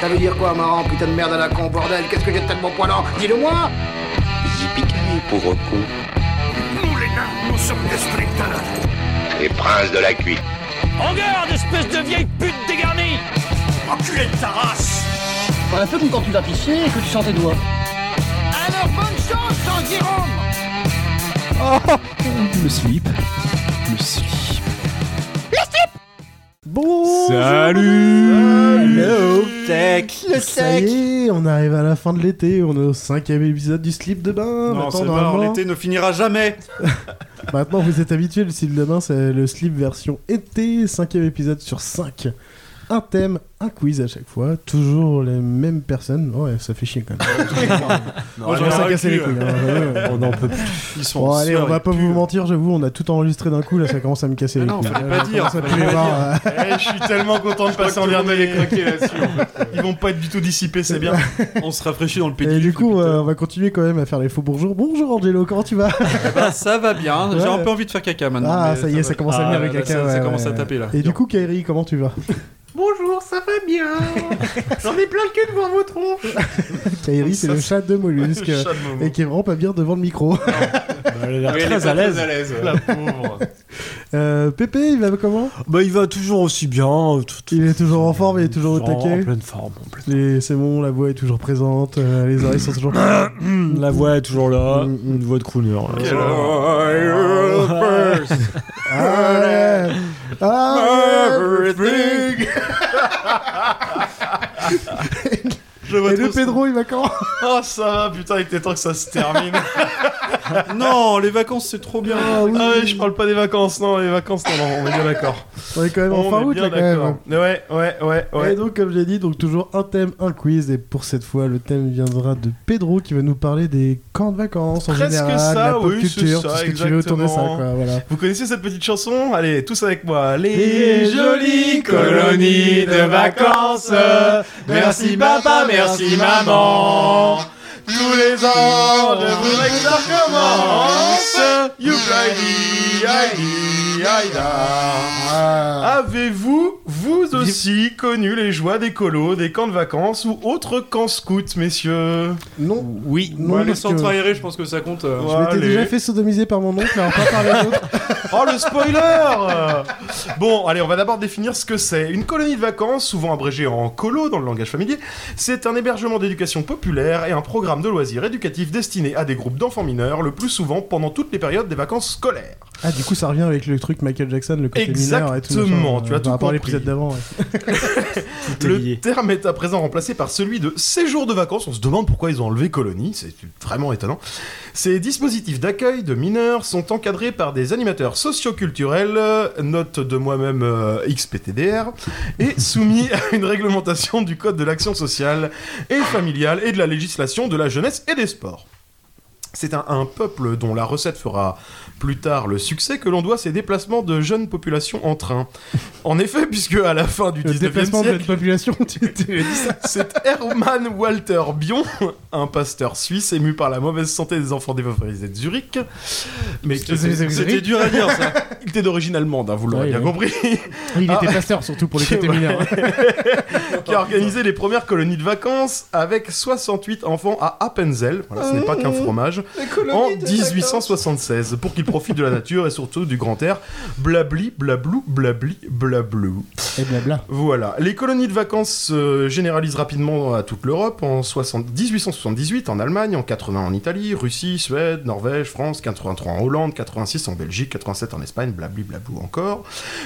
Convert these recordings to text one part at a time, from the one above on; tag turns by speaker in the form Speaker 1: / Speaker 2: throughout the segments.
Speaker 1: Ça veut dire quoi, marrant, putain de merde à la con, bordel Qu'est-ce que j'ai de tellement poilant Dis-le-moi
Speaker 2: Zipicaille, pauvre con.
Speaker 3: Nous, les nains, nous sommes des spectateurs.
Speaker 4: Les princes de la cuite.
Speaker 5: En garde, espèce de vieille pute dégarnie
Speaker 3: Enculé de ta race
Speaker 6: On a fait comme quand tu vas pisser et que tu sens tes doigts.
Speaker 7: Alors bonne chance, Jean Jérôme
Speaker 8: Oh Le slip. Le slip.
Speaker 7: Le slip
Speaker 8: Bonjour Salut
Speaker 9: Hello Tech
Speaker 8: Le
Speaker 9: Ça y est, on arrive à la fin de l'été, on est au cinquième épisode du slip de bain.
Speaker 10: Non,
Speaker 9: Maintenant,
Speaker 10: c'est
Speaker 9: normalement-
Speaker 10: pas, l'été ne finira jamais
Speaker 9: Maintenant, vous êtes habitués, le slip de bain, c'est le slip version été, cinquième épisode sur 5. Un thème, un quiz à chaque fois, toujours les mêmes personnes. Ouais, ça fait chier quand même.
Speaker 10: Non,
Speaker 9: Moi, je
Speaker 10: j'en ai
Speaker 9: commence à
Speaker 10: ras le
Speaker 9: casser les
Speaker 10: cul.
Speaker 9: couilles, hein, ouais, ouais.
Speaker 10: On en peut plus. euh, Ils sont
Speaker 9: Bon, allez,
Speaker 10: en
Speaker 9: on va
Speaker 10: sueur,
Speaker 9: pas vous mentir, j'avoue, on a tout enregistré d'un coup, là, ça commence à me casser les
Speaker 10: Ah Non,
Speaker 9: couilles.
Speaker 10: fallait
Speaker 9: Là,
Speaker 10: pas
Speaker 9: je
Speaker 10: dire.
Speaker 9: commence à
Speaker 10: fallait
Speaker 9: plus
Speaker 10: pas
Speaker 9: les voir,
Speaker 10: dire. Eh, Je suis tellement content de passer en dernier. Les croquer là-dessus. en fait. Ils vont pas être du tout dissipés, c'est bien. On se rafraîchit dans le
Speaker 9: Et
Speaker 10: pédiluve.
Speaker 9: du coup, euh, on va continuer quand même à faire les faux bonjours. Bonjour Angelo, comment tu vas
Speaker 10: Eh ben, ça va bien. J'ai
Speaker 9: Ouais.
Speaker 10: un peu envie de faire caca maintenant.
Speaker 9: Ah,
Speaker 10: mais
Speaker 9: ça y est, ça
Speaker 10: va.
Speaker 9: commence à
Speaker 10: Ah,
Speaker 9: venir le
Speaker 10: là, là,
Speaker 9: caca.
Speaker 10: Ça,
Speaker 9: ouais,
Speaker 10: ça
Speaker 9: ouais,
Speaker 10: commence à
Speaker 9: ouais.
Speaker 10: taper là.
Speaker 9: Et du coup, Kairi, comment tu vas
Speaker 11: Bonjour, ça va bien J'en ai plein le cul devant vos tronches
Speaker 9: Kairi, c'est le chat de mollusque
Speaker 11: Le chat de Momo.
Speaker 9: et qui est vraiment pas bien devant le micro.
Speaker 10: Elle a l'air
Speaker 11: Oui, elle est
Speaker 10: très
Speaker 11: pas
Speaker 10: à l'aise.
Speaker 11: très à l'aise, ouais.
Speaker 10: La pauvre.
Speaker 9: Euh, Pépé, il va comment
Speaker 12: Bah, il va toujours aussi bien. euh, tout- tout-
Speaker 9: Il est toujours en forme, il est toujours au
Speaker 12: Toujours en
Speaker 9: taquet.
Speaker 12: pleine forme,
Speaker 9: Et c'est bon, la voix est toujours présente, euh, les oreilles sont toujours. Hmm.
Speaker 12: La voix est toujours là. Une voix de crooner. hein. là.
Speaker 9: Ah, ouais. Ah, ouais.
Speaker 10: Je vois
Speaker 9: Et le
Speaker 10: trop ça.
Speaker 9: Pedro, il va comment
Speaker 10: Oh, ça va, putain, il était temps que ça se termine. non, les vacances, c'est trop bien.
Speaker 9: Ah, oui.
Speaker 10: ouais, je parle pas des vacances, non, les vacances, non, non, on est bien d'accord.
Speaker 9: On est quand même en
Speaker 10: On
Speaker 9: fin
Speaker 10: est
Speaker 9: août
Speaker 10: bien
Speaker 9: là quand même. hein.
Speaker 10: d'accord. Ouais, ouais, ouais, ouais.
Speaker 9: Et donc, comme j'ai dit, donc toujours un thème, un quiz. Et pour cette fois, le thème viendra de Pedro qui va nous parler des camps de vacances en
Speaker 10: Presque
Speaker 9: général,
Speaker 10: ça,
Speaker 9: de la pop
Speaker 10: oui,
Speaker 9: culture,
Speaker 10: c'est
Speaker 9: tout
Speaker 10: ça,
Speaker 9: ce que tu veux autour de ça.
Speaker 10: exactement.
Speaker 9: Quoi, voilà.
Speaker 10: Vous connaissez cette petite chanson Allez, tous avec moi.
Speaker 9: Les jolies colonies de vacances.
Speaker 10: Merci papa, merci maman. Tous les ans, je voudrais que ça recommence. Youplaidi, aïdi, aïda. Avez-vous, vous aussi, connu les joies des colos, des camps de vacances ou autres camps scouts, messieurs
Speaker 9: Non.
Speaker 10: Oui.
Speaker 9: Non,
Speaker 10: les
Speaker 9: parce que-
Speaker 10: centres aérés, Euh, je pense que ça compte.
Speaker 9: Je m'étais déjà fait sodomiser par mon oncle, alors pas par les autres.
Speaker 10: Oh le spoiler Bon, allez, on va d'abord définir ce que c'est. Une colonie de vacances, souvent abrégée en colo dans le langage familier, c'est un hébergement d'éducation populaire et un programme de loisirs éducatifs destiné à des groupes d'enfants mineurs, le plus souvent pendant toutes les périodes des vacances scolaires.
Speaker 9: Ah, du coup, ça revient avec le truc Michael Jackson, le côté mineur et tout. machin.
Speaker 10: Exactement, tu as
Speaker 9: Euh,
Speaker 10: tout
Speaker 9: Par rapport à
Speaker 10: compris.
Speaker 9: l'épisode d'avant. ouais.
Speaker 12: est
Speaker 10: le
Speaker 12: lié.
Speaker 10: terme est à présent remplacé par celui de séjour de vacances. On se demande pourquoi ils ont enlevé colonie, c'est vraiment étonnant. Ces dispositifs d'accueil de mineurs sont encadrés par des animateurs socioculturels, euh, note de moi-même euh, XPTDR, et soumis à une réglementation du Code de l'action sociale et familiale et de la législation de la jeunesse et des sports. C'est un, un peuple dont la recette fera plus tard le succès que l'on doit ces déplacements de jeunes populations en train. En effet, puisque à la fin du
Speaker 9: Le
Speaker 10: 19e
Speaker 9: déplacement de
Speaker 10: siècle,
Speaker 9: notre population, tu tu-
Speaker 10: c'est Hermann Walter Bion, un pasteur suisse ému par la mauvaise santé des enfants défavorisés de Zurich. Mais
Speaker 9: C'est- c'est- c'est-
Speaker 10: c'était dur à dire ça. Il était d'origine allemande, hein, vous l'aurez
Speaker 9: Ouais,
Speaker 10: bien
Speaker 9: ouais.
Speaker 10: compris.
Speaker 9: Il
Speaker 10: Ah.
Speaker 9: était pasteur surtout pour les côtés mineurs. hein.
Speaker 10: qui a organisé les premières colonies de vacances avec 68 enfants à Appenzell. Voilà, ce n'est pas qu'un fromage. En 1876, pour qu'ils profitent de la nature et surtout du grand air. Blabli, blablou, blabli, blablou.
Speaker 9: Et blabla.
Speaker 10: Voilà, les colonies de vacances se généralisent rapidement à toute l'Europe, en 60 1878 en Allemagne, en 80 en Italie, Russie, Suède, Norvège, France, 83 en Hollande, 86 en Belgique, 87 en Espagne, blablablou encore.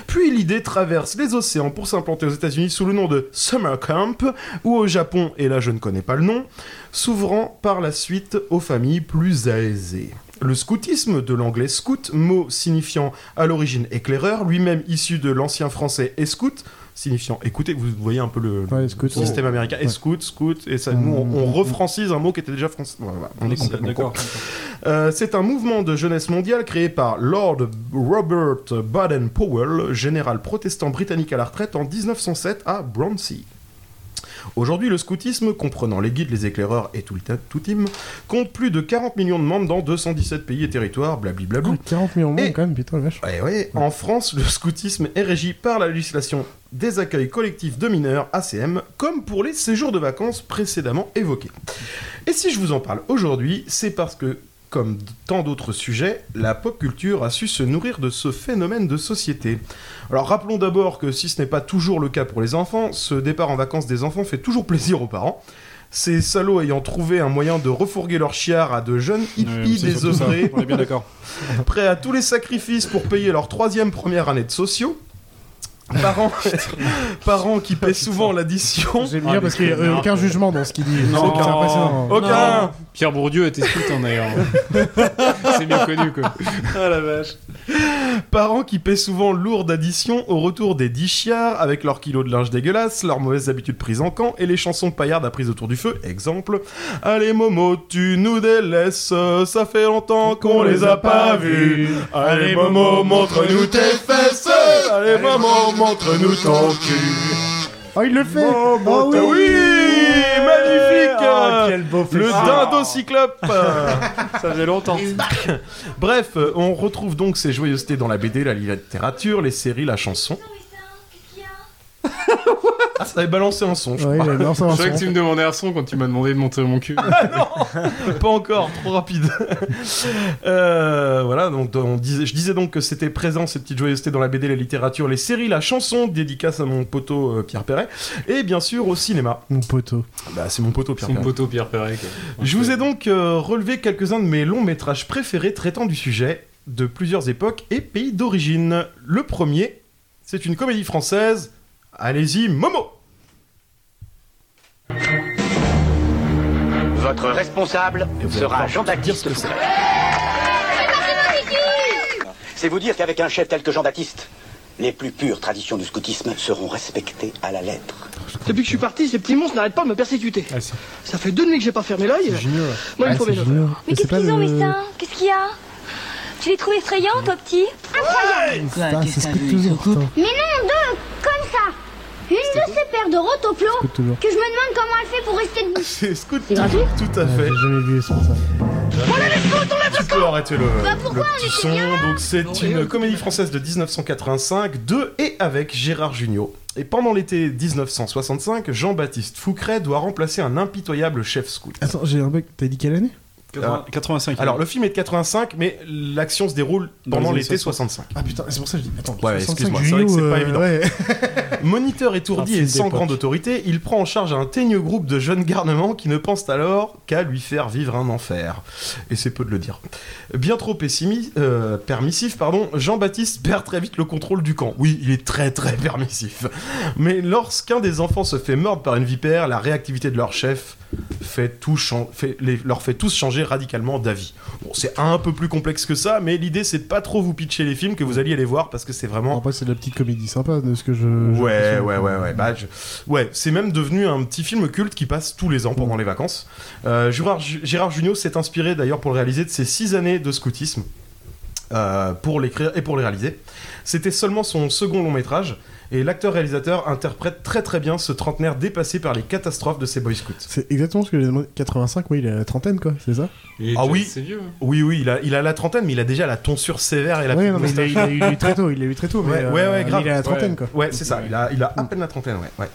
Speaker 10: Puis l'idée traverse les océans pour s'implanter aux États-Unis sous le nom de Summer Camp, ou au Japon, et là je ne connais pas le nom, s'ouvrant par la suite aux familles plus aisées. Le scoutisme, de l'anglais scout, mot signifiant à l'origine éclaireur, lui-même issu de l'ancien français escout, signifiant écoutez, vous voyez un peu le
Speaker 9: Ouais, scout, ouais.
Speaker 10: système américain,
Speaker 9: Ouais. Mm.
Speaker 10: escout, scout, et ça, nous on, on refrancise un mot qui était déjà français. Voilà, voilà, on est complètement con. Euh, c'est un mouvement de jeunesse mondiale créé par Lord Robert Baden-Powell, général protestant britannique à la retraite en 1907 à Bromsey. Aujourd'hui, le scoutisme, comprenant les guides, les éclaireurs et tout le ta- tout team, compte plus de 40 millions de membres dans 217 pays et territoires, blablabla.
Speaker 9: 40 millions de monde, quand même, putain, la vache.
Speaker 10: Eh ouais, En France, le scoutisme est régi par la législation des accueils collectifs de mineurs, ACM, comme pour les séjours de vacances précédemment évoqués. Et si je vous en parle aujourd'hui, c'est parce que, comme d- tant d'autres sujets, la pop culture a su se nourrir de ce phénomène de société. Alors rappelons d'abord que si ce n'est pas toujours le cas pour les enfants, ce départ en vacances des enfants fait toujours plaisir aux parents. Ces salauds ayant trouvé un moyen de refourguer leur chiard à de jeunes hippies
Speaker 12: c'est surtout ça,
Speaker 10: désœuvrés,
Speaker 12: on est bien d'accord.
Speaker 10: prêts à tous les sacrifices pour payer leur troisième première année de sociaux. Parents, parents qui paient souvent l'addition.
Speaker 9: J'aime bien parce qu'il n'y a euh, aucun jugement dans ce qu'il dit.
Speaker 10: Non. Oh,
Speaker 9: C'est impressionnant.
Speaker 10: Aucun.
Speaker 12: Non. Pierre Bourdieu était scout en ailleurs. C'est bien connu quoi.
Speaker 10: Ah la vache. Parents qui paient souvent lourde addition au retour des 10 chiards avec leurs kilos de linge dégueulasse, leurs mauvaises habitudes prises en camp et les chansons paillardes apprises autour du feu. Exemple Allez Momo, tu nous délaisses, ça fait longtemps qu'on les a pas vus. Allez Momo, montre-nous tes fesses. Allez Momo, montre-nous ton cul.
Speaker 9: Oh, il le fait Oh
Speaker 10: oui, magnifique
Speaker 12: Ah, quel beau
Speaker 10: Le
Speaker 12: festival.
Speaker 10: dindo cyclope
Speaker 12: Ça faisait longtemps.
Speaker 10: Bref, euh, on retrouve donc ces joyeusetés dans la BD, la littérature, les séries, la chanson. ah, ça avait balancé un son, je
Speaker 9: Ouais,
Speaker 10: crois.
Speaker 9: il avait balancé
Speaker 12: Je savais que tu me demandais un son quand tu m'as demandé de monter mon cul.
Speaker 10: Pas encore, trop rapide. Euh, voilà, donc on disait, je disais donc que c'était présent ces petites joyeusetés dans la BD, la littérature, les séries, la chanson, dédicace à mon poteau euh, Pierre Perret, et bien sûr au cinéma.
Speaker 9: Mon poteau.
Speaker 10: Bah, c'est mon poteau Pierre
Speaker 12: Son
Speaker 10: Perret.
Speaker 12: poteau Pierre Perret. quoi.
Speaker 10: Je vous ai donc euh, relevé quelques-uns de mes longs métrages préférés traitant du sujet de plusieurs époques et pays d'origine. Le premier, c'est une comédie française. Allez-y, Momo
Speaker 4: Votre responsable sera Jean-Baptiste Foucault. C'est vous dire qu'avec un chef tel que Jean-Baptiste, les plus pures traditions du scoutisme seront respectées à la lettre.
Speaker 6: Depuis que je suis parti, ces petits monstres n'arrêtent pas de me persécuter.
Speaker 12: Ah,
Speaker 6: Ça fait deux nuits que j'ai pas fermé l'œil. Moi,
Speaker 9: Ah,
Speaker 6: il me faut mes notes.
Speaker 13: Mais qu'est-ce qu'ils ont, mes seins Qu'est-ce qu'il y a Tu les trouves effrayants, toi, petit
Speaker 9: Putain, c'est ce que toujours. putain.
Speaker 13: Mais non, deux, comme ça Une de ces paires de rotoplos
Speaker 9: Scoot toujours.
Speaker 13: que je me demande comment elle fait pour rester debout.
Speaker 10: C'est scout
Speaker 13: C'est gratuit
Speaker 10: Tout à fait.
Speaker 9: J'ai jamais vu ça.
Speaker 10: Tu peux arrêter le,
Speaker 13: Bah, pourquoi
Speaker 10: le
Speaker 13: on
Speaker 10: petit
Speaker 13: était
Speaker 10: son.
Speaker 13: bien là
Speaker 10: Donc c'est une comédie française de 1985, de et avec Gérard Jugnot. Et pendant l'été 1965, Jean-Baptiste Foucret doit remplacer un impitoyable chef scout.
Speaker 9: Attends, j'ai un bug. T'as dit quelle année
Speaker 12: Ah. 85.
Speaker 10: Alors le film est de 85, mais l'action se déroule
Speaker 9: Dans les
Speaker 10: pendant
Speaker 9: années
Speaker 10: l'été
Speaker 9: 65.
Speaker 10: 65.
Speaker 9: Ah putain, c'est pour ça que je dis. Attends,
Speaker 10: Ouais,
Speaker 9: 65
Speaker 10: excuse-moi, c'est vrai que c'est
Speaker 9: Junio,
Speaker 10: pas
Speaker 9: euh,
Speaker 10: évident.
Speaker 9: ouais.
Speaker 10: Moniteur
Speaker 9: Un
Speaker 10: étourdi
Speaker 9: film
Speaker 10: et sans
Speaker 9: d'époque.
Speaker 10: grande autorité, il prend en charge un teigneux groupe de jeunes garnements qui ne pensent alors qu'à lui faire vivre un enfer. Et c'est peu de le dire. Bien trop pessimiste, euh, permissif, pardon, Jean-Baptiste perd très vite le contrôle du camp. Oui, il est très très permissif. Mais lorsqu'un des enfants se fait mordre par une vipère, la réactivité de leur chef fait tout chan- fait- les- leur fait tous changer radicalement d'avis. Bon, c'est un peu plus complexe que ça, mais l'idée c'est de pas trop vous pitcher les films que vous alliez les voir parce que c'est vraiment
Speaker 9: Après, c'est de la petite comédie sympa de ce que je.
Speaker 10: Ouais,
Speaker 9: je-
Speaker 10: ouais, ouais, ouais. Bah, je- ouais, c'est même devenu un petit film culte qui passe tous les ans pendant les vacances. Euh, Gérard, Gérard Jugnot s'est inspiré d'ailleurs pour le réaliser de ses six années de scoutisme, euh, pour l'écrire et pour les réaliser. C'était seulement son second long métrage, et l'acteur-réalisateur interprète très très bien ce trentenaire dépassé par les catastrophes de ses boy scouts.
Speaker 9: C'est exactement ce que j'ai demandé. 85, oui, il est à la trentaine, quoi, c'est ça
Speaker 10: Ah oui,
Speaker 12: C'est vieux.
Speaker 10: oui, oui, il a, il a la trentaine, mais il a déjà la tonsure sévère et la
Speaker 9: Ouais,
Speaker 10: petite
Speaker 9: non, mais il a-
Speaker 10: moustache.
Speaker 9: il a eu- il a eu très tôt, il a eu très tôt. mais,
Speaker 10: Ouais,
Speaker 9: euh,
Speaker 10: ouais, ouais, grave.
Speaker 9: Il est à la trentaine,
Speaker 10: ouais.
Speaker 9: quoi.
Speaker 10: Ouais, c'est ça. Il a, il a à peine la trentaine, ouais. ouais.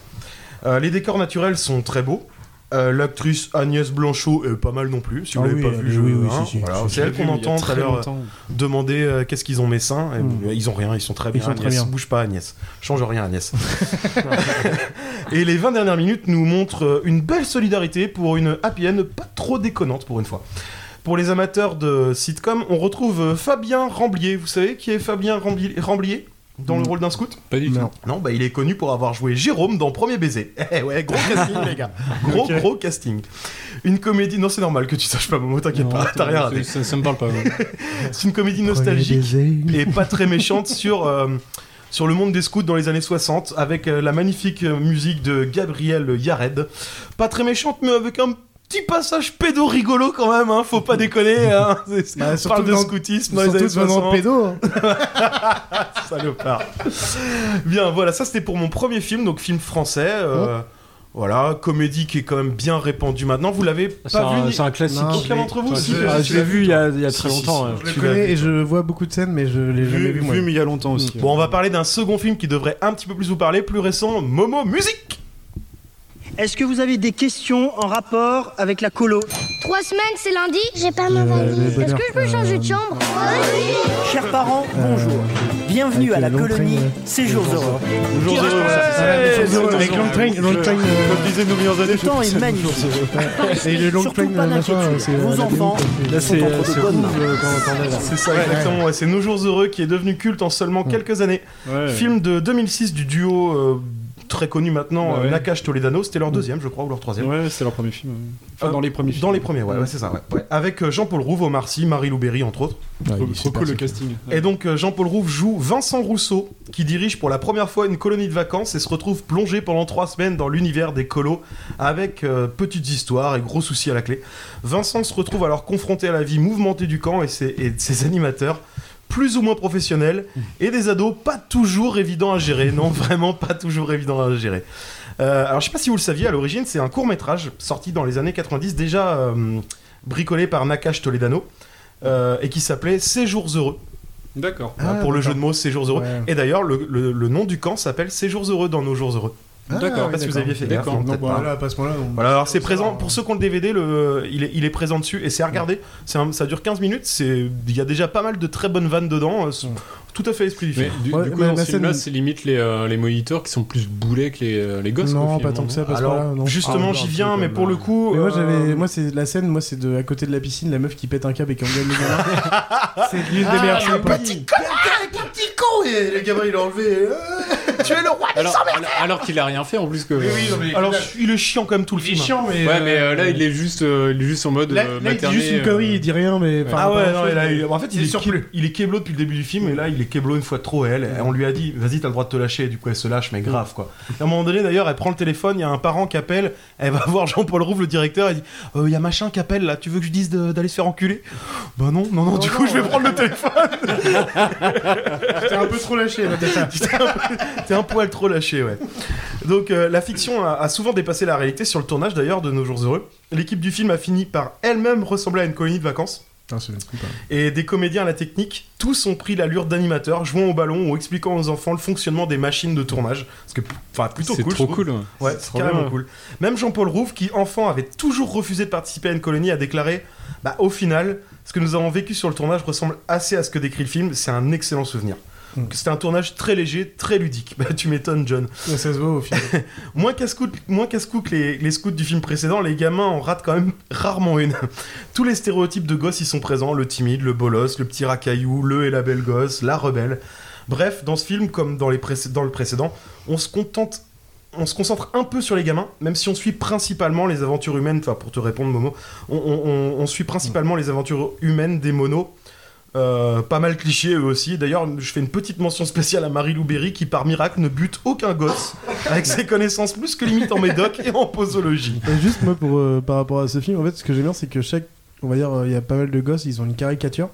Speaker 10: Euh, les décors naturels sont très beaux. Euh, L'actrice Agnès Blanchot est pas mal non plus. Si vous
Speaker 9: Ah
Speaker 10: l'avez
Speaker 9: oui,
Speaker 10: pas
Speaker 9: elle
Speaker 10: vu,
Speaker 9: est-
Speaker 10: je
Speaker 9: oui, oui,
Speaker 10: hein,
Speaker 9: si, si.
Speaker 10: voilà.
Speaker 9: Je
Speaker 10: C'est
Speaker 9: l'ai
Speaker 10: elle
Speaker 9: vu
Speaker 10: qu'on
Speaker 12: il y a
Speaker 10: entend tout
Speaker 12: très
Speaker 10: à l'heure
Speaker 12: longtemps.
Speaker 10: demander euh, qu'est-ce qu'ils ont mes seins. Et,
Speaker 9: Mm.
Speaker 10: euh, Ils ont rien, ils sont très
Speaker 9: Ils
Speaker 10: bien.
Speaker 9: sont très
Speaker 10: Agnès,
Speaker 9: bien.
Speaker 10: bouge pas, Agnès. Change rien, Agnès. et les 20 dernières minutes nous montrent euh, une belle solidarité pour une happy end pas trop déconnante pour une fois. Pour les amateurs de sitcom, on retrouve euh, Fabien Ramblier. Vous savez qui est Fabien Rambli- Ramblier dans le
Speaker 9: Hmm.
Speaker 10: rôle d'un scout
Speaker 12: Pas du tout.
Speaker 9: Non.
Speaker 10: non, bah il est connu pour avoir joué Jérôme dans Premier Baiser. Eh ouais, gros casting, les gars. Gros,
Speaker 12: Ok.
Speaker 10: gros casting. Une comédie. Non, c'est normal que tu saches pas, Momo, t'inquiète
Speaker 12: Non,
Speaker 10: pas, t'as rien
Speaker 12: c'est-
Speaker 10: raté.
Speaker 12: Ça, ça me parle pas. ouais.
Speaker 10: C'est une comédie nostalgique et pas très méchante sur, euh, sur le monde des scouts dans les années 60 avec euh, la magnifique euh, musique de Gabriel Yared. Pas très méchante, mais avec un petit passage pédo rigolo quand même, hein, faut pas déconner. Hein. C'est- c'est-
Speaker 9: Bah,
Speaker 10: on
Speaker 9: surtout
Speaker 10: parle de
Speaker 9: dans-
Speaker 10: scoutisme dans les années
Speaker 9: Surtout venant
Speaker 10: 60.
Speaker 9: de pédo. hein.
Speaker 12: Mmh.
Speaker 10: Salopard. Bien, voilà, ça c'était pour mon premier film, donc film français. euh, Voilà, comédie qui est quand même bien répandue maintenant. Vous l'avez
Speaker 12: C'est
Speaker 10: pas
Speaker 12: un,
Speaker 10: vu
Speaker 12: c'est un classique.
Speaker 10: Aucun d'entre vous si,
Speaker 12: Ah,
Speaker 10: si,
Speaker 12: je
Speaker 10: tu
Speaker 12: l'ai
Speaker 10: l'as
Speaker 12: vu il y a, il y a très
Speaker 10: Si, si,
Speaker 12: longtemps.
Speaker 10: si.
Speaker 12: hein.
Speaker 9: Je le
Speaker 10: Tu l'as
Speaker 9: connais
Speaker 10: vu,
Speaker 9: et je vois beaucoup de scènes, mais je l'ai jamais vu. moi.
Speaker 10: il y a longtemps aussi. Bon, on va parler d'un second film qui devrait un petit peu plus vous parler, plus récent, Momo Musique
Speaker 6: Est-ce que vous avez des questions en rapport avec la colo
Speaker 14: Trois semaines, c'est lundi J'ai pas ma valise. Est-ce que je peux changer de chambre
Speaker 12: Euh,
Speaker 15: Chers parents, bonjour. Bienvenue à la colonie Séjours heureux.
Speaker 12: Ah,
Speaker 9: Bonjour,
Speaker 15: Qui
Speaker 9: Zoro.
Speaker 15: responsable
Speaker 9: Ouais,
Speaker 15: Séjours
Speaker 9: Zoro,
Speaker 15: heureux.
Speaker 9: avec Long Train, Long Train, euh,
Speaker 15: Comme disaient nos meilleurs amis,
Speaker 9: Le
Speaker 15: je-
Speaker 9: temps est
Speaker 15: c'est-
Speaker 9: magnifique.
Speaker 15: c'est-
Speaker 9: Et le Long
Speaker 15: Surtout
Speaker 9: Train,
Speaker 15: pas
Speaker 9: euh, machin,
Speaker 15: d'inquiétude.
Speaker 9: c'est, euh,
Speaker 15: Vos
Speaker 9: la
Speaker 15: enfants
Speaker 9: démonte. Là,
Speaker 15: sont
Speaker 9: c'est,
Speaker 15: entre
Speaker 9: c'est
Speaker 15: de bonnes
Speaker 9: rouge,
Speaker 15: mains.
Speaker 9: euh, quand- quand on est là.
Speaker 10: C'est ça, exactement. ouais, c'est Nos Jours Heureux qui est devenu culte en seulement
Speaker 12: Mmh.
Speaker 10: quelques années. Film de 2006 du duo euh, très connu maintenant,
Speaker 12: Bah
Speaker 10: euh,
Speaker 12: ouais. Mmh.
Speaker 10: Nakash Toledano. C'était leur deuxième, je crois, ou leur troisième.
Speaker 12: Ouais, c'est leur premier film. ouais. Enfin,
Speaker 10: Euh,
Speaker 12: dans les premiers films.
Speaker 10: Dans les premiers, ouais, ouais, c'est ça. ouais, ouais. Avec euh, Jean-Paul Rouve, Omar Sy, Marie Louberry, entre autres.
Speaker 12: Trop, trop cool le casting.
Speaker 10: Et donc euh, Jean-Paul Rouve joue Vincent Rousseau, qui dirige pour la première fois une colonie de vacances et se retrouve plongé pendant trois semaines dans l'univers des colos, avec euh, petites histoires et gros soucis à la clé. Vincent se retrouve alors confronté à la vie mouvementée du camp et ses, et de ses animateurs, plus ou moins professionnels, et des ados pas toujours évidents à gérer, non vraiment pas toujours évidents à gérer. Euh, alors je sais pas si vous le saviez, à l'origine c'est un court métrage sorti dans les années 90, déjà euh, bricolé par Nakash Toledano, euh, et qui s'appelait Séjours heureux.
Speaker 12: D'accord.
Speaker 9: Ah,
Speaker 10: Hein, pour le jeu de mots Séjours heureux.
Speaker 12: Ouais.
Speaker 10: Et d'ailleurs, le, le- le nom du camp s'appelle Séjours heureux dans nos jours heureux.
Speaker 9: Ah,
Speaker 10: Je sais
Speaker 9: oui,
Speaker 10: pas si vous
Speaker 9: d'accord.
Speaker 10: aviez fait gaffe.
Speaker 9: D'accord.
Speaker 10: non,
Speaker 9: Non,
Speaker 10: peut-être
Speaker 9: bah,
Speaker 10: pas.
Speaker 9: là, à ce moment-là, on-
Speaker 10: Voilà, alors c'est présent. Pour ceux qui ont le DVD, le, il, est, il est présent dessus et c'est à regarder. C'est un- ça dure 15 minutes. c'est- Il y a déjà pas mal de très bonnes vannes dedans. euh, c'est Tout à fait esprit du
Speaker 12: Mais
Speaker 10: film.
Speaker 12: du, du coup, dans ce film-là, c'est limite les, euh, les moniteurs qui sont plus boulets que les, euh, les gosses.
Speaker 9: Non,
Speaker 12: quoi,
Speaker 9: pas
Speaker 12: finalement,
Speaker 9: tant que ça,
Speaker 12: non
Speaker 9: parce que là, ah, non.
Speaker 10: Justement, j'y viens, mais pour le coup.
Speaker 9: Mais moi,
Speaker 10: euh,
Speaker 9: j'avais, moi, c'est la scène, moi, c'est de à côté de la piscine, la meuf qui pète un câble et qui engueule le gamin. c'est l'une des
Speaker 10: Ah,
Speaker 9: meilleures
Speaker 10: le
Speaker 9: choses.
Speaker 10: petit con, le petit con Et le gamin, il l'a enlevé. euh, tu es le roi des
Speaker 12: alors,
Speaker 10: emmerdes.
Speaker 12: alors- alors qu'il a rien fait en plus que.
Speaker 10: Alors, il est chiant comme tout le film. hein.
Speaker 12: ouais, mais euh, là, il est juste, euh, il est juste en mode.
Speaker 10: Là-
Speaker 12: euh,
Speaker 10: là, il dit
Speaker 12: materné,
Speaker 10: juste une
Speaker 12: euh,
Speaker 9: connerie, il dit rien, mais. enfin,
Speaker 10: ah ouais,
Speaker 9: pas
Speaker 10: non,
Speaker 9: grand-chose,
Speaker 10: il a-
Speaker 9: mais-
Speaker 10: il- en fait, il, est,
Speaker 9: surplus.
Speaker 10: ke- il est keblo depuis le début du film, et là, il est keblo une fois de trop, et elle, et on lui a dit, vas-y, t'as le droit de te lâcher, et du coup, elle se lâche, mais grave, quoi. Et à un moment donné, d'ailleurs, elle prend le téléphone, il y a un parent qui appelle, elle va voir Jean-Paul Rouve, le directeur, elle dit, Euh, il y a machin qui appelle, là, tu veux que je dise de- d'aller se faire enculer Bah non, non, non, du coup, je vais prendre le téléphone.
Speaker 9: T'es un peu trop lâché, là, t'es ça.
Speaker 10: T'es un poil trop lâché, ouais. Donc, euh, la fiction a, a souvent dépassé la réalité sur le tournage, d'ailleurs, de Nos Jours Heureux. L'équipe du film a fini par elle-même ressembler à une colonie de vacances.
Speaker 9: Ah, c'est une coupe, hein.
Speaker 10: et des comédiens à la technique, tous ont pris l'allure d'animateurs, jouant au ballon ou expliquant aux enfants le fonctionnement des machines de tournage. Ce que, enfin, plutôt
Speaker 12: C'est
Speaker 10: cool. je
Speaker 12: trop
Speaker 10: trouve.
Speaker 12: cool, ouais.
Speaker 10: Ouais,
Speaker 12: C'est
Speaker 10: c'est
Speaker 12: trop
Speaker 10: carrément
Speaker 12: bien.
Speaker 10: cool. Même Jean-Paul Rouve, qui enfant avait toujours refusé de participer à une colonie, a déclaré Bah, au final, ce que nous avons vécu sur le tournage ressemble assez à ce que décrit le film, c'est un excellent souvenir.
Speaker 12: Mmh.
Speaker 10: Donc, C'était un tournage très léger, très ludique. Bah, tu m'étonnes, John.
Speaker 9: Ouais, Ça se voit au film.
Speaker 10: moins casse-cou moins casse-cou que les, les scouts du film précédent, les gamins en ratent quand même rarement une. Tous les stéréotypes de gosses y sont présents, le timide, le bolos, le petit racaillou, le et la belle gosse, la rebelle. Bref, dans ce film, comme dans, les précé- dans le précédent, on se contente on se concentre un peu sur les gamins, même si on suit principalement les aventures humaines, enfin pour te répondre Momo, on, on- on- on suit principalement les aventures humaines des monos, euh, pas mal clichés eux aussi. D'ailleurs, je fais une petite mention spéciale à Marie Louberry qui, par miracle, ne bute aucun gosse avec ses connaissances plus que limite en médoc et en posologie.
Speaker 9: Et juste moi pour euh, par rapport à ce film, en fait, ce que j'aime bien, c'est que chaque, on va dire, euh, il y a pas mal de gosses, ils ont une caricature.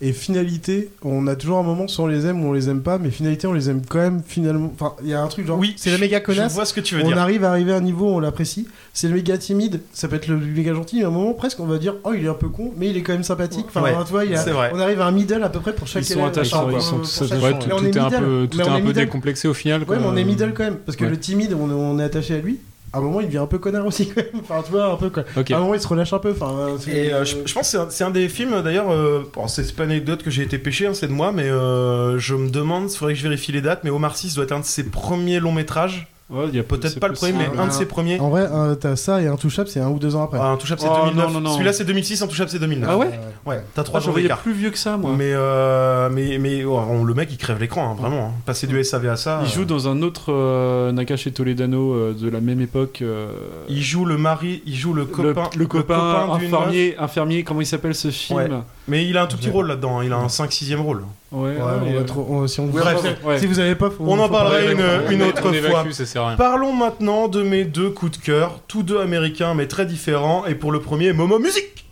Speaker 9: Et finalité, on a toujours un moment soit on les aime ou on les aime pas, mais finalité on les aime quand même finalement. Enfin, il y a un truc genre,
Speaker 10: Oui,
Speaker 9: c'est le méga
Speaker 10: je-
Speaker 9: connasse.
Speaker 10: je vois ce que tu veux
Speaker 9: on
Speaker 10: dire.
Speaker 9: arrive à arriver à un niveau, on l'apprécie. C'est le méga timide, ça peut être le méga gentil, mais à un moment presque on va dire, oh il est un peu con, mais il est quand même sympathique. Enfin,
Speaker 12: Ouais,
Speaker 9: tu vois, il y a-
Speaker 12: c'est vrai.
Speaker 9: on arrive à un middle à peu près pour chaque.
Speaker 12: Ils sont
Speaker 9: élève.
Speaker 12: attachants,
Speaker 9: Enfin,
Speaker 12: ils
Speaker 9: pour-
Speaker 12: sont
Speaker 9: pour
Speaker 12: tous
Speaker 9: chaque-
Speaker 12: attachants. Ouais, tout-
Speaker 9: Et on
Speaker 12: tout est un
Speaker 9: middle.
Speaker 12: peu- tout
Speaker 9: Mais
Speaker 12: est
Speaker 9: on
Speaker 12: un peu
Speaker 9: middle.
Speaker 12: décomplexé au final, quoi.
Speaker 9: Ouais, mais on est middle quand même, parce que
Speaker 12: Ouais.
Speaker 9: le timide, on, on est attaché à lui. À un moment, il devient un peu connard aussi quand même. Enfin, tu vois, un peu quoi. À un moment, il se relâche un peu. Enfin, euh, c'est-
Speaker 10: Et euh, je, je pense que c'est un- c'est un, des films d'ailleurs. euh, bon, c'est c'est pas une anecdote que j'ai été pêché, hein, c'est de moi, mais euh, je me demande, il faudrait que je vérifie les dates. Mais Omar Sy, ça doit être un de ses premiers longs métrages. Peut-être
Speaker 12: c'est
Speaker 10: pas le premier, mais
Speaker 12: possible.
Speaker 10: un de ses premiers.
Speaker 9: En vrai, euh, t'as ça et Intouchable, c'est un ou deux ans après.
Speaker 10: Ah, Intouchable,
Speaker 12: Oh,
Speaker 10: c'est 2009. Celui-là, c'est 2006, Intouchable, c'est 2009.
Speaker 9: Ah ouais
Speaker 10: Ouais, t'as
Speaker 9: Ah,
Speaker 10: 3
Speaker 9: je
Speaker 10: jours
Speaker 9: voyais
Speaker 10: d'écart.
Speaker 9: plus
Speaker 12: vieux que ça, moi.
Speaker 10: Mais, euh, mais, mais oh, on- le mec, il crève l'écran, hein, vraiment. hein. Passer du SAV à ça.
Speaker 12: Mm. Il
Speaker 10: euh,
Speaker 12: joue dans un autre euh, Nakash et Toledano euh, de la même époque. euh,
Speaker 10: il joue le mari, il joue le copain.
Speaker 12: le, copain,
Speaker 10: d'une
Speaker 12: infirmier, infirmier, comment il s'appelle ce film
Speaker 10: Ouais. Mais il a un tout petit rôle là-dedans, hein. il a un 5-6ème rôle.
Speaker 12: Ouais,
Speaker 9: Ouais, on va trop- on- si, on-
Speaker 10: Ouais,
Speaker 9: Bref,
Speaker 10: bref, ouais.
Speaker 9: si vous avez pas, faut-
Speaker 10: on en
Speaker 9: faut
Speaker 10: parlera
Speaker 9: parler.
Speaker 10: une,
Speaker 12: on
Speaker 10: une
Speaker 12: é-
Speaker 10: autre
Speaker 12: on évacue,
Speaker 10: fois.
Speaker 12: ça sert à rien.
Speaker 10: Parlons maintenant de mes deux coups de cœur, tous deux américains mais très différents. Et pour le premier, Momo Musique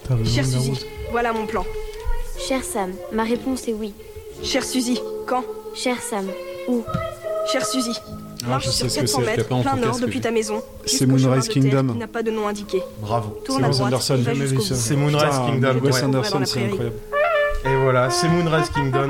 Speaker 9: Putain, le
Speaker 16: Chère
Speaker 9: nombre de
Speaker 16: Suzy, voilà mon plan.
Speaker 14: Cher Sam, ma réponse est oui.
Speaker 16: Chère Suzy, quand
Speaker 14: Cher Sam, où
Speaker 16: Chère Suzy,
Speaker 12: Ah,
Speaker 16: marche
Speaker 12: je sais
Speaker 16: sur
Speaker 12: ce que
Speaker 16: 400
Speaker 12: c'est, je l'ai
Speaker 16: mètres,
Speaker 12: pas en
Speaker 16: plein
Speaker 12: tout cas,
Speaker 16: nord
Speaker 12: ce que
Speaker 16: depuis
Speaker 12: j'ai.
Speaker 16: ta maison.
Speaker 12: C'est
Speaker 16: jusqu'au
Speaker 12: Moonrise
Speaker 16: chemin de terre
Speaker 12: Kingdom.
Speaker 16: qui n'a pas de nom indiqué.
Speaker 10: Bravo.
Speaker 16: Tourne à
Speaker 10: Wes
Speaker 16: droite,
Speaker 10: Anderson,
Speaker 16: il va
Speaker 10: jamais vu
Speaker 16: jusqu'au
Speaker 10: ça.
Speaker 16: bout.
Speaker 10: C'est Moonrise
Speaker 16: Putain,
Speaker 10: Kingdom,
Speaker 16: Wes
Speaker 10: ouais.
Speaker 16: Anderson, c'est
Speaker 10: prairie.
Speaker 16: incroyable.
Speaker 10: Et voilà, c'est Moonrise Kingdom.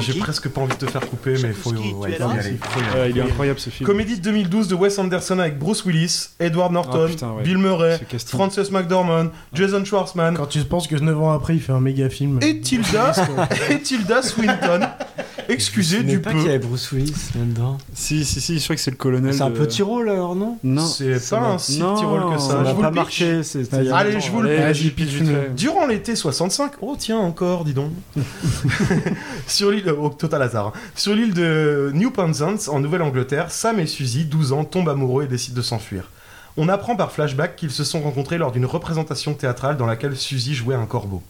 Speaker 10: J'ai- J'ai presque pas envie de te faire couper, mais faut y ouais, faut y aller. faut y aller.
Speaker 8: Ouais, il est incroyable, ce film.
Speaker 10: Comédie de 2012 de Wes Anderson avec Bruce Willis, Edward Norton,
Speaker 8: Ah, putain, ouais.
Speaker 10: Bill Murray,
Speaker 8: Ce casting.
Speaker 10: Frances McDormand, Jason Schwartzman.
Speaker 9: Quand tu penses que 9 ans après, il fait un méga film.
Speaker 10: Et Tilda, et Tilda Swinton. Excusez
Speaker 17: Je
Speaker 10: du
Speaker 17: pas
Speaker 10: peu.
Speaker 17: qu'il y avait Bruce Willis là-dedans.
Speaker 8: Si, si, si, je crois que c'est le colonel.
Speaker 17: C'est un
Speaker 8: de-
Speaker 17: petit rôle alors, non
Speaker 8: Non.
Speaker 10: C'est
Speaker 8: Ça
Speaker 10: pas
Speaker 8: m'a-
Speaker 10: un si
Speaker 8: Non,
Speaker 10: petit rôle que ça.
Speaker 8: ça
Speaker 10: Je
Speaker 8: m'a
Speaker 10: vous
Speaker 8: pas
Speaker 10: le pitch.
Speaker 8: marqué, c'était Ah, il y a
Speaker 10: Allez,
Speaker 8: longtemps.
Speaker 10: je vous le
Speaker 8: Allez,
Speaker 10: pitch.
Speaker 8: vas-y, pitch, vite fait.
Speaker 10: Durant l'été 65, oh tiens encore, dis donc. Sur l'île, au total hasard. hein. Sur l'île de New Penzance, en Nouvelle-Angleterre, Sam et Suzy, 12 ans, tombent amoureux et décident de s'enfuir. On apprend par flashback qu'ils se sont rencontrés lors d'une représentation théâtrale dans laquelle Suzy jouait un corbeau.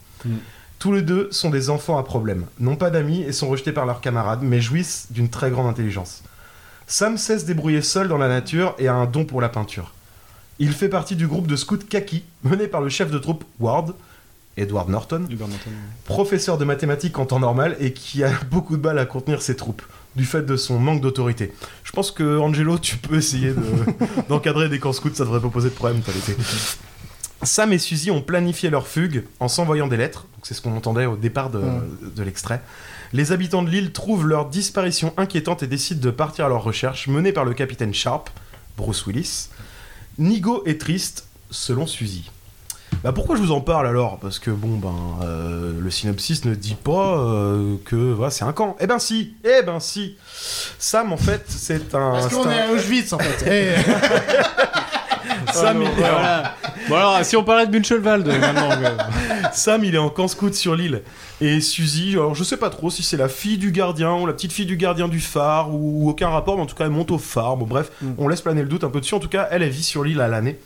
Speaker 10: Tous les deux sont des enfants à problème, n'ont pas d'amis et sont rejetés par leurs camarades, mais jouissent d'une très grande intelligence. Sam sait se débrouiller seul dans la nature et a un don pour la peinture. Il fait partie du groupe de scouts Kaki, mené par le chef de troupe Ward, Edward Norton, professeur de mathématiques en temps normal et qui a beaucoup de balles à contenir ses troupes, du fait de son manque d'autorité. Je pense que, Angelo, tu peux essayer de- d'encadrer des camps scouts, ça devrait pas poser de problème, t'as l'été. Sam et Suzy ont planifié leur fugue en s'envoyant des lettres, donc c'est ce qu'on entendait au départ de,
Speaker 9: Mm.
Speaker 10: de l'extrait. Les habitants de l'île trouvent leur disparition inquiétante et décident de partir à leur recherche, menée par le capitaine Sharp, Bruce Willis. Nigo est triste, selon Suzy. Bah pourquoi je vous en parle alors Parce que bon ben euh, le synopsis ne dit pas euh, que voilà, c'est un camp. Eh ben si, eh ben si. Sam en fait c'est un.
Speaker 9: Parce qu'on
Speaker 10: c'est un-
Speaker 9: est à Auschwitz en fait. Eh,
Speaker 10: Sam, il...
Speaker 12: Voilà. Bon alors, si on parlait de Bunchevald maintenant.
Speaker 10: Sam, il est en camp scout sur l'île. Et Suzy, alors je sais pas trop si c'est la fille du gardien ou la petite fille du gardien du phare ou, ou aucun rapport, mais en tout cas elle monte au phare. Bon bref,
Speaker 8: Mm.
Speaker 10: on laisse planer le doute un peu dessus. En tout cas, elle, elle vit sur l'île à l'année.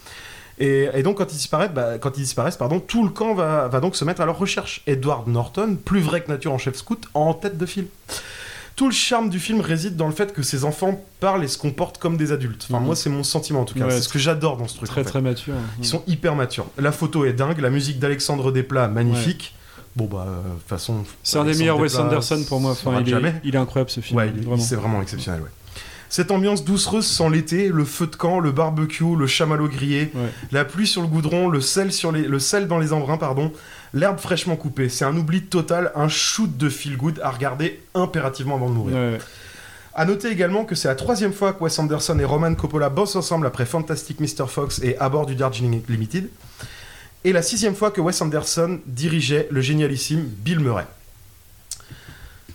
Speaker 10: Et, et donc quand ils disparaissent, bah, quand ils disparaissent pardon, tout le camp va, va donc se mettre à leur recherche. Edward Norton, plus vrai que nature en chef scout, en tête de file. Tout le charme du film réside dans le fait que ces enfants parlent et se comportent comme des adultes. Enfin,
Speaker 8: Mhm.
Speaker 10: moi, c'est mon sentiment en tout cas.
Speaker 8: Ouais,
Speaker 10: c'est ce que j'adore dans ce truc.
Speaker 8: Très,
Speaker 10: en fait.
Speaker 8: très mature.
Speaker 10: Ils sont hyper matures. La photo est dingue, la musique d'Alexandre Desplat magnifique. Bon bah euh, de toute façon.
Speaker 8: C'est un des
Speaker 10: Alexandre
Speaker 8: meilleurs Wes
Speaker 10: Desplat,
Speaker 8: Anderson pour moi.
Speaker 10: ça
Speaker 8: Enfin,
Speaker 10: rate
Speaker 8: il,
Speaker 10: jamais.
Speaker 8: est, il est incroyable ce film.
Speaker 10: Ouais, il est- c'est vraiment exceptionnel. Ouais. Cette ambiance doucereuse sans l'été, le feu de camp, le barbecue, le chamallow grillé, la pluie sur le goudron, le sel, sur les, le sel dans les embruns, pardon, l'herbe fraîchement coupée. C'est un oubli total, un shoot de feel good à regarder impérativement avant de mourir. À noter également que c'est la troisième fois que Wes Anderson et Roman Coppola bossent ensemble après Fantastic Mr. Fox et à bord du Darjeeling Limited. Et la sixième fois que Wes Anderson dirigeait le génialissime Bill Murray.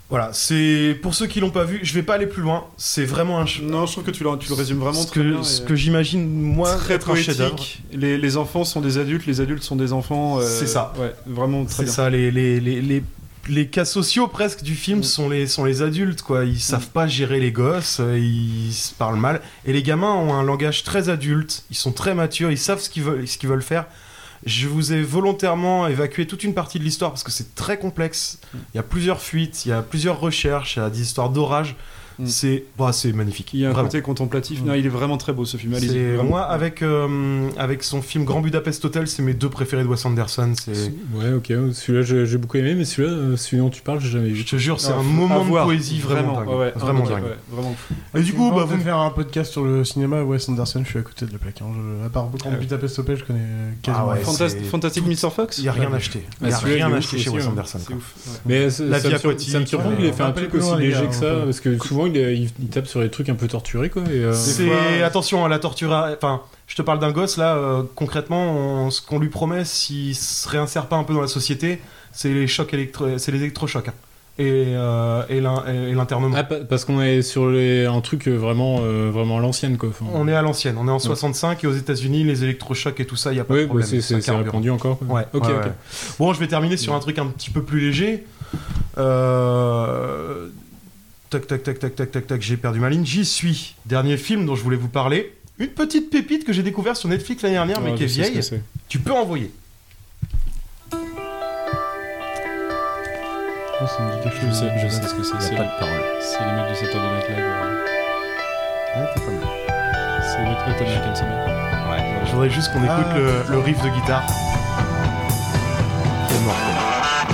Speaker 10: Voilà, c'est pour ceux qui l'ont pas vu, je vais pas aller plus loin. C'est vraiment un.
Speaker 8: Non, je trouve que tu le, tu le résumes vraiment
Speaker 10: ce
Speaker 8: très
Speaker 10: que,
Speaker 8: bien.
Speaker 10: ce
Speaker 8: et-
Speaker 10: que j'imagine moi
Speaker 8: très
Speaker 10: être un chef-d'œuvre.
Speaker 8: poétique. Les, les enfants sont des adultes, les adultes sont des enfants. euh,
Speaker 10: C'est ça.
Speaker 8: Ouais, vraiment très
Speaker 10: C'est
Speaker 8: bien.
Speaker 10: ça, les, les, les, les, les cas sociaux presque du
Speaker 8: Mm.
Speaker 10: film sont, les, sont les adultes, quoi. Ils savent pas gérer les gosses, euh, ils se parlent mal. Et les gamins ont un langage très adulte, ils sont très matures, ils savent ce qu'ils veulent, ce qu'ils veulent faire. Je vous ai volontairement évacué toute une partie de l'histoire parce que c'est très complexe.
Speaker 8: Mm.
Speaker 10: Il y a plusieurs fuites, il y a plusieurs recherches, il y a des histoires d'orage.
Speaker 8: Mm.
Speaker 10: C'est bah, c'est magnifique.
Speaker 8: Il y a un
Speaker 10: Vraiment.
Speaker 8: côté contemplatif.
Speaker 12: Mm.
Speaker 8: Non, il est vraiment très beau ce film. Allez-y.
Speaker 10: C'est-
Speaker 8: vraiment.
Speaker 10: Moi, avec, euh, avec son film Grand Budapest Hotel, c'est mes deux préférés de Wes Anderson. C'est
Speaker 12: Ouais, ok. Celui-là, j'ai j'ai beaucoup aimé, mais celui-là, euh, celui dont tu parles, j'ai jamais vu. Je
Speaker 10: te jure, c'est un moment de poésie vraiment, dingue. Vraiment dingue. Et du coup, bah, vous
Speaker 9: me faire un podcast sur le cinéma Wes Anderson, je suis à côté de la plaque. hein. Je- À part
Speaker 8: Ah
Speaker 9: Grand Budapest Hotel, je connais quasiment.
Speaker 10: Ah ouais,
Speaker 9: Fantas-
Speaker 10: c'est-
Speaker 8: Fantastic Mr. Fox
Speaker 10: Il n'y a rien acheté.
Speaker 12: Ah,
Speaker 10: Il n'y a rien acheté chez Wes
Speaker 12: hein.
Speaker 10: Anderson. quoi.
Speaker 12: Mais ça,
Speaker 10: la vie
Speaker 12: ça
Speaker 10: euh,
Speaker 12: me sur-
Speaker 10: aquatique.
Speaker 12: ça me surprend qu'il ait fait un truc aussi léger que ça,
Speaker 10: euh,
Speaker 12: parce que souvent il, est- il- il tape sur les trucs un peu torturés quoi. et, euh,
Speaker 10: C'est attention à la torture. à- Enfin, je te parle d'un gosse là. euh, concrètement, on- ce qu'on lui promet, s'il se réinsère pas un peu dans la société, c'est les chocs électro, c'est les électrochocs hein. et euh, et l'in- et l'internement.
Speaker 12: Ah, pa- parce qu'on est sur les- un truc euh, vraiment, euh, vraiment à l'ancienne quoi. Enfin,
Speaker 10: On est à l'ancienne, on est en
Speaker 12: Ouais.
Speaker 10: 65 et aux États-Unis, les électrochocs et tout ça, il y a pas
Speaker 12: Oui,
Speaker 10: de
Speaker 12: bah,
Speaker 10: problème.
Speaker 12: c'est-
Speaker 10: ça
Speaker 12: c'est- c'est
Speaker 10: carbure.
Speaker 12: répandu encore, quoi.
Speaker 10: Ouais.
Speaker 12: Ok,
Speaker 10: ouais,
Speaker 12: ok.
Speaker 10: ouais. Bon, je vais terminer sur un truc un petit peu plus léger. Euh, Tac, tac, tac, tac, tac, tac, tac, j'ai perdu ma ligne. J'y suis. Dernier film dont je voulais vous parler. Une petite pépite que j'ai découverte sur Netflix l'année dernière, mais
Speaker 12: Ouais,
Speaker 10: qui est
Speaker 12: je sais ce
Speaker 10: vieille.
Speaker 12: que c'est. Oh,
Speaker 10: Tu peux envoyer.
Speaker 12: Je sais, je sais ce que c'est. C'est pas de parole. C'est les mecs du Saturday Night Live. C'est les mecs de American Summer.
Speaker 10: Ouais. Je voudrais juste qu'on écoute
Speaker 12: Ah,
Speaker 10: le, le riff de guitare. C'est mort. quoi.
Speaker 12: Ah,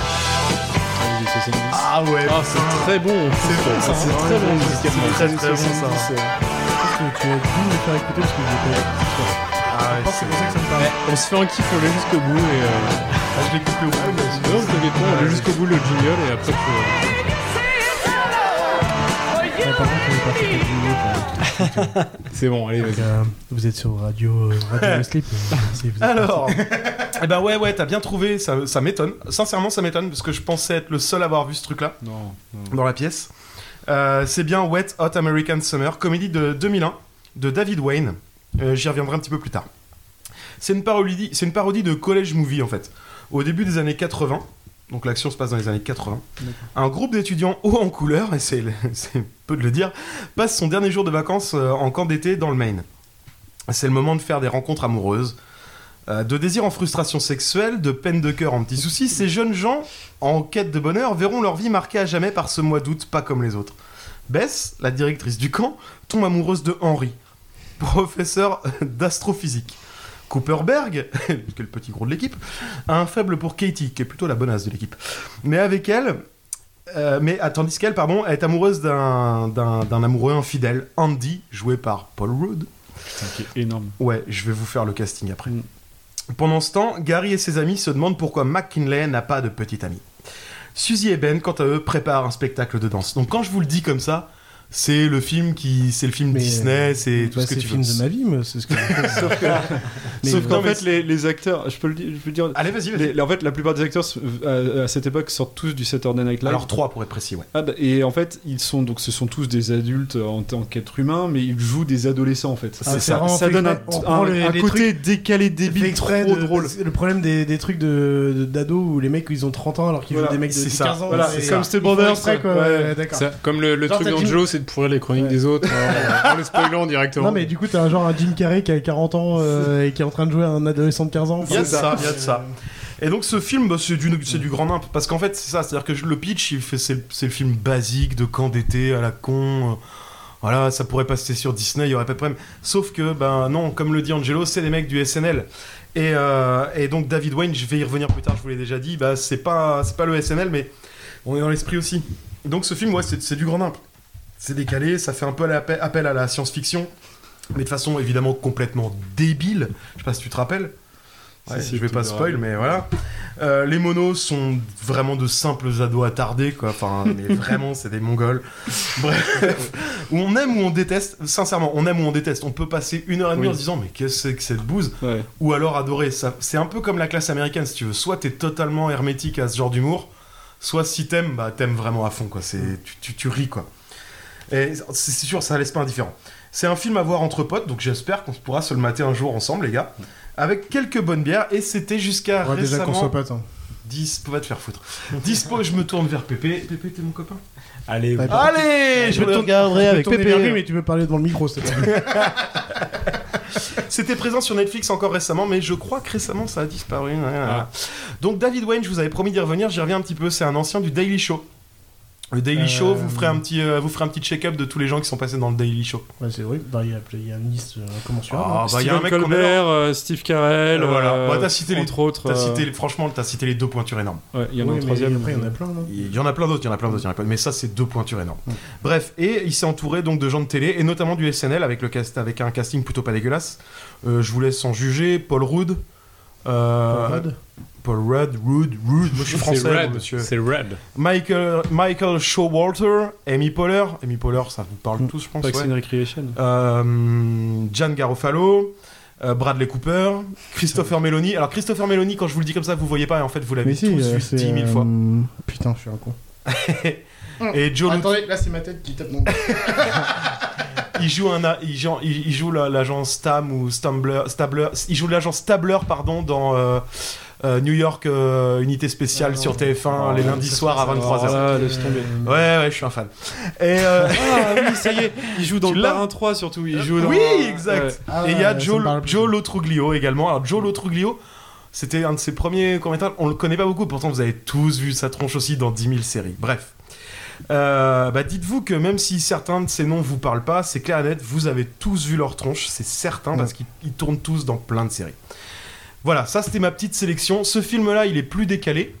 Speaker 10: Ah ouais.
Speaker 12: Ah, c'est très bon.
Speaker 10: C'est bon, ça,
Speaker 12: C'est
Speaker 10: hein.
Speaker 12: très bon
Speaker 10: C'est
Speaker 12: musicalement.
Speaker 10: très, très bon, ça.
Speaker 8: hein.
Speaker 9: Tu as dû me faire écouter parce que j'étais.
Speaker 10: Ah ouais, c'est ça que ça me parle.
Speaker 12: On se fait un kiff, on l'est jusqu'au bout et. Euh... Ah,
Speaker 10: je l'ai coupé au bout.
Speaker 12: Non, vous savez pas, on l'est jusqu'au bout le jingle et après. euh, faut-
Speaker 9: Ah, par contre, on est parti pour dix minutes, hein.
Speaker 12: C'est bon, allez,
Speaker 9: Donc, euh, vous êtes sur Radio, euh, radio Sleep. euh, si vous êtes
Speaker 10: Alors, eh ben ouais, ouais, t'as bien trouvé, ça, ça m'étonne. Sincèrement, ça m'étonne, parce que je pensais être le seul à avoir vu ce truc-là dans la pièce. Euh, c'est bien Wet Hot American Summer, comédie de 2001 de David Wayne. Euh, J'y reviendrai un petit peu plus tard. C'est une parodie, c'est une parodie de college movie en fait. Au début des années 80, donc l'action se passe dans les années 80. Un groupe d'étudiants hauts en couleur, et c'est c'est peu de le dire, passe son dernier jour de vacances euh, en camp d'été dans le Maine. C'est le moment de faire des rencontres amoureuses, euh, de désir en frustration sexuelle, de peine de cœur en petits soucis. Ces jeunes gens, en quête de bonheur, verront leur vie marquée à jamais par ce mois d'août, pas comme les autres. Bess, la directrice du camp, tombe amoureuse de Henry, professeur d'astrophysique. Cooper Berg, quel petit gros de l'équipe, a un faible pour Katie, qui est plutôt la bonasse de l'équipe. Mais avec elle, euh, mais ah, tandis qu'elle, pardon, elle est amoureuse d'un d'un- d'un amoureux infidèle, Andy, joué par Paul Rudd.
Speaker 8: qui est énorme.
Speaker 10: Ouais, je vais vous faire le casting après.
Speaker 9: Mm.
Speaker 10: Pendant ce temps, Gary et ses amis se demandent pourquoi McKinley n'a pas de petite amie. Suzy et Ben, quant à eux, préparent un spectacle de danse. Donc quand je vous le dis comme ça, c'est le film qui, c'est le film Disney, c'est tout
Speaker 9: bah,
Speaker 10: ce
Speaker 9: c'est
Speaker 10: que tu
Speaker 9: le film
Speaker 10: veux.
Speaker 9: de ma vie, mais c'est ce que.
Speaker 8: Sauf que-
Speaker 9: Mais
Speaker 8: Sauf
Speaker 9: euh,
Speaker 8: qu'en
Speaker 9: non, mais
Speaker 8: fait, les, les acteurs, je peux le dire. Je peux le dire
Speaker 12: Ah,
Speaker 10: Allez, vas-y, vas-y.
Speaker 8: les- les- En fait, la plupart des acteurs euh, à, à cette époque sortent tous du Saturday Night Live.
Speaker 10: Alors trois pour être précis, ouais.
Speaker 8: Ah bah, et en fait, ils sont donc ce sont tous des adultes euh, en tant qu'êtres humains, mais ils jouent des adolescents en fait.
Speaker 9: Ah,
Speaker 8: C'est
Speaker 9: c'est
Speaker 8: ça,
Speaker 9: vraiment
Speaker 8: ça
Speaker 9: fait
Speaker 8: donne un,
Speaker 9: exprès. On
Speaker 8: un-
Speaker 9: prend les-
Speaker 8: un
Speaker 9: les
Speaker 8: côté
Speaker 9: trucs-
Speaker 8: décalé débile
Speaker 9: Fait
Speaker 8: trop
Speaker 9: exprès de-
Speaker 8: drôle.
Speaker 9: c'est Le problème des, des trucs de de- d'ados où les mecs ils ont 30 ans alors qu'ils
Speaker 8: Voilà,
Speaker 9: jouent des mecs de
Speaker 8: c'est
Speaker 9: 10,
Speaker 8: ça.
Speaker 9: 15 ans.
Speaker 8: Voilà,
Speaker 9: c'est-
Speaker 8: c'est comme Step
Speaker 9: ils font
Speaker 8: Brothers,
Speaker 9: exprès, quoi.
Speaker 8: ouais.
Speaker 9: Ouais, d'accord.
Speaker 12: Ça, Comme le, le
Speaker 9: Ah, Genre,
Speaker 12: truc
Speaker 9: t'as
Speaker 12: d'Anjo,
Speaker 9: Jim-
Speaker 12: c'est de pourrir les chroniques des autres en, en les spoilant directement.
Speaker 9: Non mais du coup t'as un genre un Jim Carrey qui a 40 ans euh, et qui est en train de jouer à un adolescent de 15 ans.
Speaker 10: Il y a de
Speaker 9: Enfin,
Speaker 10: ça, il y a de ça. Et donc ce film, bah, c'est du, c'est du grand nimp. Parce qu'en fait, c'est ça, c'est-à-dire que je- le pitch, il fait, c'est, le- c'est le film basique de camp d'été à la con. euh, Voilà, ça pourrait passer sur Disney, il y aurait pas de problème. Sauf que, ben non, comme le dit Angelo, c'est des mecs du SNL. Et, euh, et donc David Wayne, je vais y revenir plus tard, je vous l'ai déjà dit, bah, c'est, pas, c'est pas le SNL, mais on est dans l'esprit aussi. Donc ce film, ouais, c'est, c'est du grand nimp. C'est décalé, ça fait un peu l'appe- appel à la science-fiction, mais de façon évidemment complètement débile. Je sais pas si tu te rappelles.
Speaker 8: Si,
Speaker 10: Ouais,
Speaker 8: si,
Speaker 10: je vais
Speaker 8: tout
Speaker 10: pas
Speaker 8: est
Speaker 10: spoil,
Speaker 8: grave.
Speaker 10: mais voilà. Euh, les monos sont vraiment de simples ados attardés, quoi. Enfin, mais vraiment, c'est des mongols. Bref, où on aime ou on déteste, sincèrement, on aime ou on déteste. On peut passer une heure et demie
Speaker 8: Oui.
Speaker 10: en se disant, mais qu'est-ce que c'est que cette bouse Ou alors adorer. Ça, c'est un peu comme la classe américaine, si tu veux. Soit t'es totalement hermétique à ce genre d'humour, soit si t'aimes, bah t'aimes vraiment à fond, quoi. C'est, tu, tu, tu ris, quoi. Et c'est c'est sûr, ça laisse pas indifférent. C'est un film à voir entre potes, donc j'espère qu'on pourra se le mater un jour ensemble, les gars. Avec quelques bonnes bières, et c'était jusqu'à
Speaker 9: Ouais, déjà
Speaker 10: récemment...
Speaker 9: qu'on soit potes, hein.
Speaker 10: Dispo, va te faire foutre. Dispo, je me tourne vers Pépé. Pépé, t'es mon copain
Speaker 12: Allez,
Speaker 9: ouais, par contre,
Speaker 10: Allez
Speaker 9: tu-
Speaker 10: je
Speaker 9: tu peux Ah,
Speaker 10: me
Speaker 9: te
Speaker 10: tourne-
Speaker 9: regarder
Speaker 10: je me
Speaker 9: avec
Speaker 10: tourne
Speaker 9: Pépé.
Speaker 10: vers lui,
Speaker 9: mais tu peux parler devant le micro, c'est
Speaker 10: C'était présent sur Netflix encore récemment, mais je crois que récemment ça a disparu. Ouais,
Speaker 9: Ah.
Speaker 10: voilà. Donc David Wayne, je vous avais promis d'y revenir, j'y reviens un petit peu. C'est un ancien du Daily Show. Le Daily
Speaker 9: Euh,
Speaker 10: Show, vous ferez un petit, euh, vous ferez un petit check-up de tous les gens qui sont passés dans le Daily Show.
Speaker 9: Ouais, c'est vrai. Bah, il y a- il y, a une liste euh, incommensurable.
Speaker 10: Ah,
Speaker 9: hein.
Speaker 10: bah, il y a un mec qu'on
Speaker 12: Colbert, euh, Steve Carell,
Speaker 10: Euh, voilà.
Speaker 12: euh,
Speaker 10: Bah, t'as cité les-
Speaker 12: entre autres.
Speaker 10: t'as
Speaker 12: euh,
Speaker 10: cité les- franchement, t'as cité les deux pointures énormes.
Speaker 8: Ouais, il y en a
Speaker 9: Oui,
Speaker 8: un
Speaker 9: mais
Speaker 8: troisième.
Speaker 9: Après, il y en a plein, hein. non
Speaker 10: Il y en a plein d'autres, il y en a plein d'autres, il y en a plein. Mais ça, c'est deux pointures énormes. Bref, et il s'est entouré donc de gens de télé et notamment du SNL avec le cast, avec un casting plutôt pas dégueulasse. Euh, je vous laisse en juger. Paul Rudd. euh,
Speaker 9: Paul Rudd
Speaker 10: Paul Rudd, Rudd, Rudd. Moi, je suis
Speaker 12: C'est
Speaker 10: français,
Speaker 12: Red,
Speaker 10: monsieur.
Speaker 12: C'est Red.
Speaker 10: Michael, Michael Showalter, Amy Poehler, Amy Poehler, ça vous parle
Speaker 9: Mm.
Speaker 10: tous, je pense.
Speaker 8: Parks and
Speaker 10: ouais.
Speaker 8: Recreation.
Speaker 10: Euh, Gian Garofalo, euh, Bradley Cooper, Christopher Meloni. Alors Christopher Meloni, quand je vous le dis comme ça, vous voyez pas, et en fait, vous l'avez
Speaker 9: Mais si,
Speaker 10: tous
Speaker 9: euh,
Speaker 10: vu
Speaker 9: c'est.
Speaker 10: 10 000 fois.
Speaker 9: euh, Putain, je suis un con. euh,
Speaker 10: Et Joe
Speaker 1: Attendez, là c'est ma tête qui tape mon.
Speaker 10: il joue un, a- il joue, il, il joue la- l'agent Stam ou Stambler, Stabler, il joue l'agent Stabler pardon dans euh, euh, New York euh, Unité spéciale sur TF1 les lundis soirs à 23h.
Speaker 8: Ah, laisse tomber.
Speaker 10: Ouais ouais, je suis un fan. Et euh,
Speaker 8: Ah oui, ça y est, il joue dans
Speaker 10: Tu
Speaker 8: le
Speaker 10: l'as
Speaker 8: Parrain 3 surtout. Il joue dans...
Speaker 10: oui, exact.
Speaker 8: Ah, Ouais.
Speaker 10: et il y a
Speaker 8: ça
Speaker 10: Joe,
Speaker 8: me parle plus.
Speaker 10: Joe Lotruglio également. Alors Joe Lotruglio, c'était un de ses premiers commentaires. On le connaît pas beaucoup, pourtant vous avez tous vu sa tronche aussi dans 10 000 séries. Bref. Euh, bah dites-vous que même si certains de ces noms vous parlent pas, c'est clair et net, vous avez tous vu leur tronche, c'est certain, parce qu'ils ils tournent tous dans plein de séries. Voilà, ça c'était ma petite sélection. Ce film-là, il est plus décalé.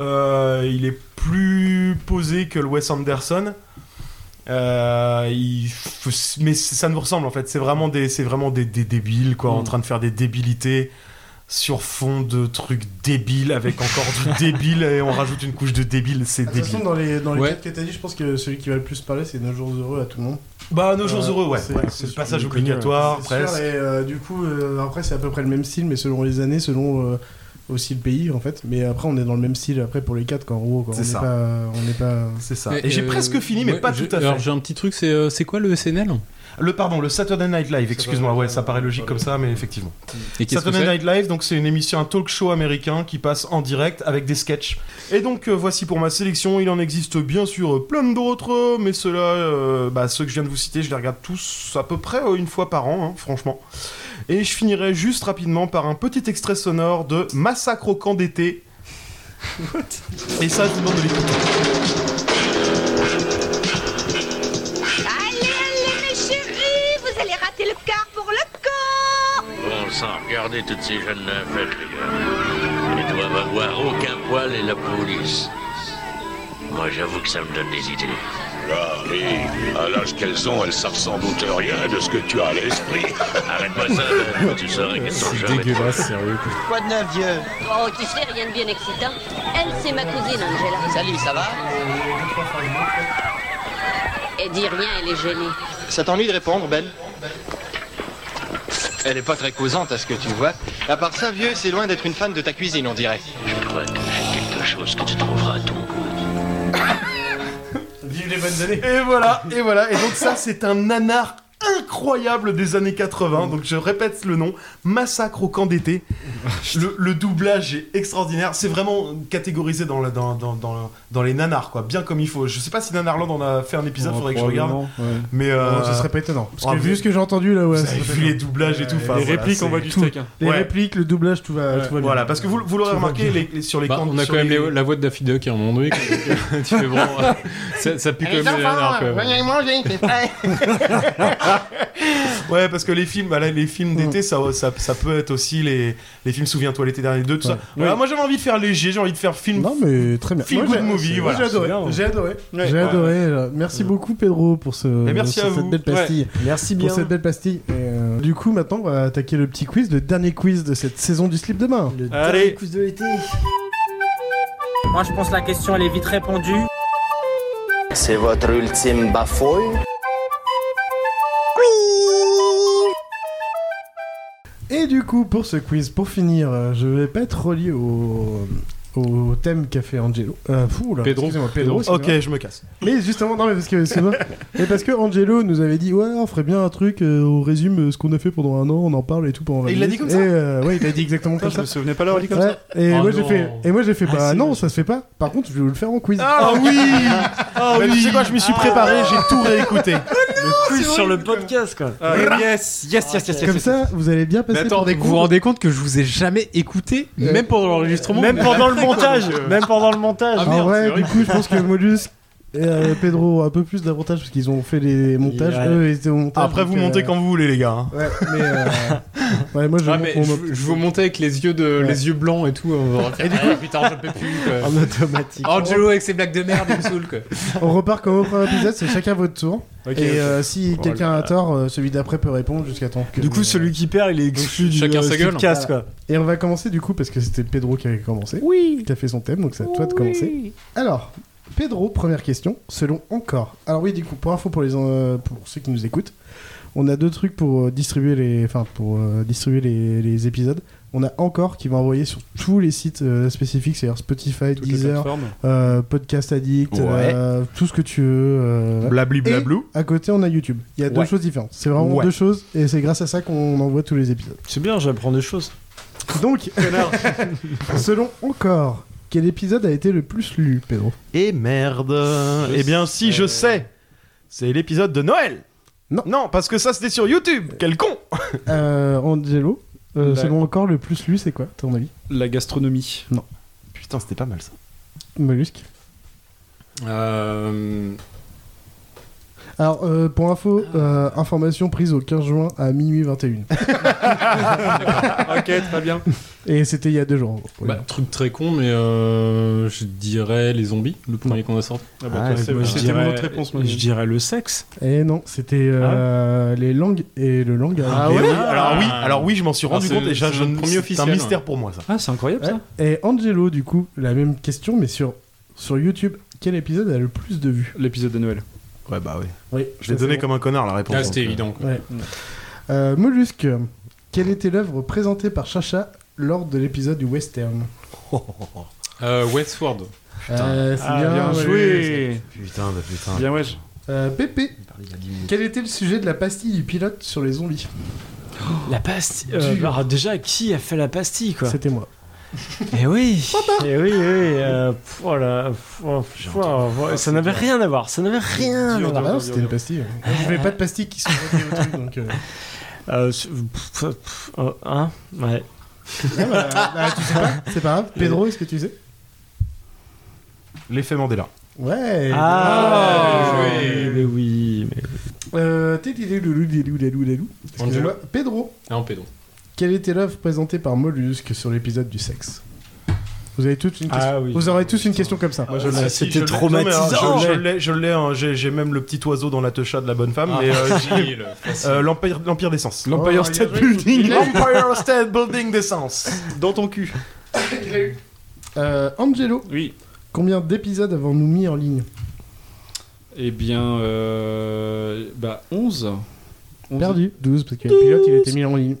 Speaker 10: Euh, il est plus posé que le Wes Anderson. Euh, il- mais ça nous ressemble en fait. C'est vraiment des, c'est vraiment des, des débiles quoi, en train de faire des débilités sur fond de trucs débiles avec encore du débile et on rajoute une couche de débile. C'est
Speaker 9: De toute façon,
Speaker 10: débile.
Speaker 9: dans les, dans les
Speaker 10: Ouais.
Speaker 9: quatre que t'as dit, je pense que celui qui va le plus parler, c'est Nos Jours Heureux à tout le monde.
Speaker 10: Bah, Nos Jours
Speaker 9: Euh,
Speaker 10: Heureux, ouais.
Speaker 9: c'est-
Speaker 10: Ouais,
Speaker 9: c'est
Speaker 10: c'est le passage
Speaker 9: sûr, connu,
Speaker 10: obligatoire,
Speaker 9: ouais. C'est sûr,
Speaker 10: presque.
Speaker 9: et, euh, du coup, euh, après, c'est à peu près le même style, mais selon les années, selon euh, aussi le pays, en fait. Mais après, on est dans le même style après pour les quatre, quand en gros, quoi.
Speaker 10: C'est
Speaker 9: on n'est
Speaker 10: ça.
Speaker 9: pas- on n'est pas.
Speaker 10: C'est ça.
Speaker 12: Mais,
Speaker 10: et j'ai
Speaker 12: euh,
Speaker 10: presque fini, mais
Speaker 12: ouais,
Speaker 10: pas
Speaker 12: j'ai-
Speaker 10: tout à fait.
Speaker 12: Alors j'ai un petit truc, c'est euh, c'est quoi le SNL
Speaker 10: Le pardon, le Saturday Night Live, excuse-moi, ouais, ça paraît logique comme ça, mais effectivement.
Speaker 12: Et qu'est-ce que
Speaker 10: Saturday Night
Speaker 12: c'est
Speaker 10: Live, donc c'est une émission, un talk show américain qui passe en direct avec des sketchs. Et donc euh, voici pour ma sélection, il en existe bien sûr euh, plein d'autres, euh, mais ceux-là, euh, bah, ceux que je viens de vous citer, je les regarde tous à peu près euh, une fois par an, hein, franchement. Et je finirai juste rapidement par un petit extrait sonore de Massacre au camp d'été. Et ça, tout le monde de
Speaker 7: Allez, allez, mes chéris, vous allez rater le quart pour le corps
Speaker 18: Bon sang, regardez toutes ces jeunes nymphètes, les gars. Ils doivent avoir aucun poil et la police. Moi, j'avoue que ça me donne des idées.
Speaker 19: Marie, à l'âge qu'elles ont, elles savent sans doute rien de ce que tu as à l'esprit.
Speaker 18: Arrête-moi ça, là. tu saurais qu'elles sont
Speaker 12: C'est
Speaker 18: jamais-
Speaker 12: dégueulasse, sérieux. quoi.
Speaker 20: Quoi de neuf, vieux
Speaker 21: Oh, tu sais, rien de bien excitant. Elle, c'est ma cousine, Angela.
Speaker 20: Salut, ça va
Speaker 21: Elle dit rien, elle est gênée.
Speaker 20: Ça t'ennuie de répondre, Ben Elle est pas très causante à ce que tu vois. À part ça, vieux, c'est loin d'être une fan de ta cuisine, on dirait.
Speaker 18: Je crois que j'ai quelque chose que tu trouveras à ton
Speaker 9: Vive les bonnes années
Speaker 10: Et voilà, et voilà. Et donc ça, c'est un nanar incroyable des années 80. Donc je répète le nom, Massacre au camp d'été. Le, le doublage est extraordinaire. C'est vraiment catégorisé dans, la- dans, dans, dans, dans les nanars, quoi. Bien comme il faut. Je sais pas si Nanarland en a fait un épisode,
Speaker 9: Ouais,
Speaker 10: faudrait que je regarde.
Speaker 9: probablement, ouais.
Speaker 10: Mais euh,
Speaker 9: Bon, Oh, ce serait pas étonnant. Parce
Speaker 10: ah,
Speaker 9: que
Speaker 10: mais-
Speaker 9: vu ce que j'ai entendu là, ouais.
Speaker 10: Vous
Speaker 9: ça serait
Speaker 10: avez vu
Speaker 9: pas
Speaker 10: les
Speaker 9: étonnant.
Speaker 10: doublages et tout.
Speaker 9: Ouais,
Speaker 8: Bah,
Speaker 10: enfin,
Speaker 9: les
Speaker 10: voilà,
Speaker 9: répliques, on
Speaker 10: c'est
Speaker 9: voit du
Speaker 10: tout.
Speaker 9: steak, hein. Les répliques, le doublage, tout va- tout va bien.
Speaker 10: Voilà, parce que vous, vous l'aurez
Speaker 9: Tout va
Speaker 10: remarqué,
Speaker 9: bien.
Speaker 10: les- les- sur les
Speaker 12: Bah,
Speaker 10: camps-
Speaker 12: on a
Speaker 10: sur
Speaker 12: quand même
Speaker 10: les-
Speaker 12: les- la voix de Daffy Duck qui est remontée. tu fais vraiment. ça, ça pue quand même les nanars, quand même.
Speaker 20: manger, c'est vrai.
Speaker 10: ouais, parce que les films, bah là, les films
Speaker 9: Hmm.
Speaker 10: d'été, ça, ça, ça peut être aussi les, les films Souviens-toi l'été dernier 2, tout ça.
Speaker 9: Ouais.
Speaker 10: Voilà, Moi, j'avais envie de faire léger, j'ai envie de faire film.
Speaker 9: Non, mais très bien.
Speaker 10: Feel
Speaker 9: Moi,
Speaker 10: good
Speaker 9: j'ai-
Speaker 10: movie,
Speaker 9: moi,
Speaker 10: voilà.
Speaker 9: J'ai adoré.
Speaker 10: C'est bien.
Speaker 9: J'ai adoré.
Speaker 10: Ouais.
Speaker 9: J'ai
Speaker 10: Ouais.
Speaker 9: adoré. alors. Merci beaucoup, Pedro, pour ce.
Speaker 10: Et merci
Speaker 9: pour
Speaker 10: à
Speaker 9: cette
Speaker 10: vous.
Speaker 9: belle pastille.
Speaker 10: Ouais. Merci bien.
Speaker 9: Pour cette belle pastille. Et, euh, du coup, maintenant, on va attaquer le petit quiz, le dernier quiz de cette saison du slip demain.
Speaker 10: Allez.
Speaker 15: Cousse de l'été. Moi, je pense que la question, elle est vite répondue.
Speaker 20: C'est votre ultime bafouille
Speaker 9: Et du coup, pour ce quiz, pour finir, euh, je vais pas être relié au, au thème qu'a fait Angelo. Euh, fou, là,
Speaker 10: Pedro.
Speaker 9: excusez-moi, Pedro.
Speaker 10: Pedro.
Speaker 9: excusez-moi.
Speaker 10: Ok, je me casse.
Speaker 9: Mais justement, non, mais parce que, excuse-moi. mais parce que Angelo nous avait dit, ouais, on ferait bien un truc, euh, on résume euh, ce qu'on a fait pendant un an, on en parle et tout pendant 20
Speaker 8: Et il l'a dit
Speaker 9: minutes.
Speaker 8: comme ça
Speaker 9: Et, euh, ouais, il l'a dit exactement
Speaker 8: Putain,
Speaker 9: comme
Speaker 8: je
Speaker 9: ça.
Speaker 8: me souvenais pas l'avoir dit comme
Speaker 9: Ouais,
Speaker 8: ça.
Speaker 9: Et
Speaker 8: Oh
Speaker 9: moi, j'ai
Speaker 8: non.
Speaker 9: fait, et moi, j'ai fait,
Speaker 8: Ah,
Speaker 9: bah
Speaker 8: si,
Speaker 9: non, ça se fait pas. Par contre, je vais vous le faire en quiz.
Speaker 10: Ah oui Ah oui Tu sais quoi, je m'y suis préparé, j'ai tout réécouté.
Speaker 17: Le quiz sur le podcast, quoi.
Speaker 10: Ah,
Speaker 17: yes, yes, yes, yes, yes,
Speaker 9: Comme
Speaker 17: yes,
Speaker 9: ça, vous allez bien passer.
Speaker 17: Mais attendez,
Speaker 9: pour
Speaker 17: vous vous
Speaker 12: rendez compte que je vous ai jamais écouté, Euh, même pendant l'enregistrement Ah,
Speaker 17: Même pendant le
Speaker 12: Après,
Speaker 17: montage.
Speaker 12: quoi.
Speaker 17: Même pendant le montage.
Speaker 9: en
Speaker 12: hein,
Speaker 9: vrai, Ah du coup, je pense que Mollusque et euh, Pedro ont un peu plus d'avantages parce qu'ils ont fait les montages.
Speaker 10: Ouais.
Speaker 9: Eux, ils étaient au montage.
Speaker 10: Après,
Speaker 9: donc,
Speaker 10: vous
Speaker 9: euh,
Speaker 10: montez quand vous voulez, les gars. hein.
Speaker 9: Ouais, mais. euh, ouais, moi, je
Speaker 12: Ah,
Speaker 9: monte
Speaker 12: mais
Speaker 9: mon-
Speaker 12: je, je vous montais avec les yeux de
Speaker 9: Ouais.
Speaker 12: les yeux blancs et tout. On va Ah, dire, ah, putain, j'en peux plus. Quoi.
Speaker 9: En automatique.
Speaker 12: Angelo avec ses blagues de merde, il me saoule quoi.
Speaker 9: On repart comme au premier épisode, c'est chacun votre tour.
Speaker 12: Ok,
Speaker 9: et euh,
Speaker 12: ok.
Speaker 9: si
Speaker 12: Oh
Speaker 9: quelqu'un
Speaker 12: là
Speaker 9: a
Speaker 12: là.
Speaker 9: tort, euh, celui d'après peut répondre jusqu'à temps.
Speaker 10: euh,
Speaker 9: que-
Speaker 17: Du coup, celui qui perd, il est exclu du
Speaker 12: chacun
Speaker 17: euh,
Speaker 12: sa gueule.
Speaker 17: podcast, quoi.
Speaker 9: Et on va commencer du coup parce que c'était Pedro qui avait commencé. Oui. Qui a fait son thème, donc c'est à toi de commencer. Alors, Pedro, première question, selon encore. Alors oui, du coup, pour info pour les euh, pour ceux qui nous écoutent, on a deux trucs pour euh, distribuer les, enfin pour euh, distribuer les, les épisodes. On a encore qui va envoyer sur tous les sites euh, spécifiques, c'est-à-dire Spotify,
Speaker 8: les
Speaker 9: Deezer,
Speaker 8: plateformes.
Speaker 9: euh, Podcast Addict,
Speaker 10: Ouais.
Speaker 9: euh, tout ce que tu veux. euh,
Speaker 10: Blabli
Speaker 9: et
Speaker 10: blablou.
Speaker 9: À côté, on a YouTube. Il y a deux
Speaker 10: Ouais.
Speaker 9: choses différentes. C'est vraiment
Speaker 10: Ouais.
Speaker 9: deux choses, et c'est grâce à ça qu'on envoie tous les épisodes.
Speaker 17: C'est bien, j'apprends des choses.
Speaker 9: Donc, selon encore, quel épisode a été le plus lu, Pedro
Speaker 10: Et merde Eh bien, si, je sais C'est l'épisode de Noël
Speaker 9: Non.
Speaker 10: Non, parce que ça, c'était sur YouTube Quel con
Speaker 9: euh, Angelo, euh,
Speaker 12: Bah.
Speaker 8: La-
Speaker 9: selon encore, le plus lu, c'est quoi, à ton avis
Speaker 8: La gastronomie.
Speaker 9: Non.
Speaker 10: Putain, c'était pas mal ça.
Speaker 9: Mollusque
Speaker 12: Euh...
Speaker 9: Alors, euh, pour info, euh, information prise au 15 juin à minuit 21.
Speaker 12: ok, très bien.
Speaker 9: Et c'était il y a deux jours. en gros.
Speaker 12: Bah, truc très con, mais euh, je dirais les zombies, le premier qu'on a sorti.
Speaker 9: Ah bah, Ah, toi, c'est- moi, je c'était dirais- mon autre réponse, moi. je dirais
Speaker 12: le sexe.
Speaker 9: Et non, c'était
Speaker 12: Ah
Speaker 9: euh, les langues et le langage.
Speaker 10: Ah ouais Alors oui, alors oui, je m'en suis
Speaker 12: Alors,
Speaker 10: rendu
Speaker 12: c'est-
Speaker 10: compte et j'ai-
Speaker 12: c'est notre
Speaker 10: je-
Speaker 12: premier
Speaker 10: c'est un
Speaker 12: officiel,
Speaker 10: mystère
Speaker 12: hein.
Speaker 10: pour moi ça.
Speaker 12: Ah, c'est incroyable
Speaker 9: Ouais. Et Angelo, du coup, la même question, mais sur, sur YouTube. Quel épisode a le plus de vues
Speaker 8: L'épisode de Noël.
Speaker 10: Ouais, bah oui.
Speaker 9: Oui,
Speaker 10: Je l'ai donné comme un connard la réponse.
Speaker 12: Ah, c'était
Speaker 10: donc, euh,
Speaker 12: évident. quoi.
Speaker 9: Ouais. Euh, Mollusque, quelle était l'œuvre présentée par Chacha lors de l'épisode du western
Speaker 12: Euh, Westward.
Speaker 9: Euh, c'est
Speaker 12: Ah,
Speaker 9: bien,
Speaker 12: bien
Speaker 9: ouais.
Speaker 12: joué.
Speaker 10: Putain de putain.
Speaker 12: Bien,
Speaker 8: ouais.
Speaker 9: Euh, Pépé, quel était le sujet de la pastille du pilote sur les zombies
Speaker 17: La pastille. euh,
Speaker 9: Dur.
Speaker 17: alors déjà, qui a fait la pastille quoi
Speaker 9: C'était moi.
Speaker 17: Eh oui. Eh oui, eh oui. euh, pff, oh là, pff, oh, pff, oh, oh, ça n'avait rien à voir. Ça n'avait rien à
Speaker 9: Ah bah
Speaker 17: voir.
Speaker 9: non, C'était une pastille. Je voulais pas de pastille qui se reliait au truc, donc. euh.
Speaker 17: Euh, c'est- pff, pff, pff, euh, hein Ouais.
Speaker 9: Ah bah, bah, tu sais pas, c'est pas grave. Pedro, est-ce que tu sais
Speaker 10: L'effet Mandela.
Speaker 17: Eh
Speaker 9: Ouais.
Speaker 17: Ah,
Speaker 9: Ouais.
Speaker 17: mais oui, mais
Speaker 9: Euh, tidididididididididididididididididididididididididididididididididididididididididididididididididu. Angelo. Pedro,
Speaker 12: Ah, en pédo.
Speaker 9: quelle était l'œuvre présentée par Mollusque sur l'épisode du sexe Vous avez toutes une question.
Speaker 17: Ah oui.
Speaker 9: Vous aurez tous une question comme ça.
Speaker 10: Moi, je l'ai- si, je l'ai- non, mais, euh, Je je l'ai, je l'ai, hein, j'ai j'ai même le petit oiseau dans la techa de la bonne femme.
Speaker 12: Ah,
Speaker 10: mais, euh,
Speaker 12: facile, facile.
Speaker 10: euh, l'empire, l'empire d'essence.
Speaker 12: L'Empire
Speaker 9: Oh, Ah,
Speaker 10: il a
Speaker 12: State
Speaker 10: joué.
Speaker 12: Building.
Speaker 10: Il a eu- L'Empire State Building d'essence. Dans ton cul.
Speaker 9: Euh, Angelo.
Speaker 8: Oui.
Speaker 9: Combien d'épisodes avons-nous mis en ligne
Speaker 8: Eh bien, euh, bah 11.
Speaker 9: Perdu. 12, parce que le pilote, il a été mis en ligne.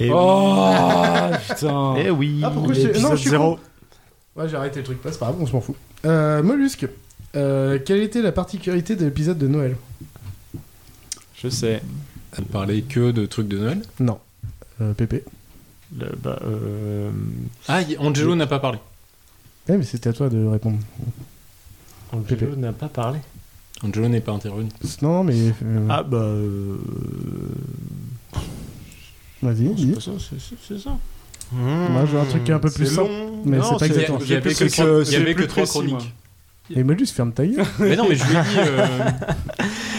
Speaker 8: Et oh putain.
Speaker 10: Eh oui.
Speaker 9: Ah, pourquoi je- non,
Speaker 10: L'épisode
Speaker 9: je suis
Speaker 10: zéro.
Speaker 9: con. Ouais, j'ai arrêté le truc, pas, c'est pas grave, on s'en fout. Euh, Mollusque, euh, quelle était la particularité de l'épisode de Noël
Speaker 8: Je sais.
Speaker 12: Elle parlait que de trucs de Noël.
Speaker 9: Non. Euh, Pépé.
Speaker 17: le- bah, euh,
Speaker 12: Ah, y- Angelo n'a pas parlé.
Speaker 9: Ouais, Eh, mais c'était à toi de répondre.
Speaker 17: Angelo n'a pas parlé.
Speaker 12: Angelo n'est pas intervenu.
Speaker 9: Non, non, mais. euh,
Speaker 17: Ah bah. euh,
Speaker 9: Vas-y,
Speaker 17: non, c'est
Speaker 9: dis.
Speaker 17: pas ça, c'est- c'est- c'est ça.
Speaker 10: Hmm.
Speaker 9: Moi, je veux un truc un peu plus
Speaker 17: C'est
Speaker 9: simple.
Speaker 17: long.
Speaker 9: Mais
Speaker 17: Non,
Speaker 9: c'est pas
Speaker 17: c'est-
Speaker 9: exactement.
Speaker 17: il y avait que trois- il y avait que trois chroniques.
Speaker 9: Et Mollusque, ferme ta gueule.
Speaker 17: Mais non, mais je lui ai dit, euh,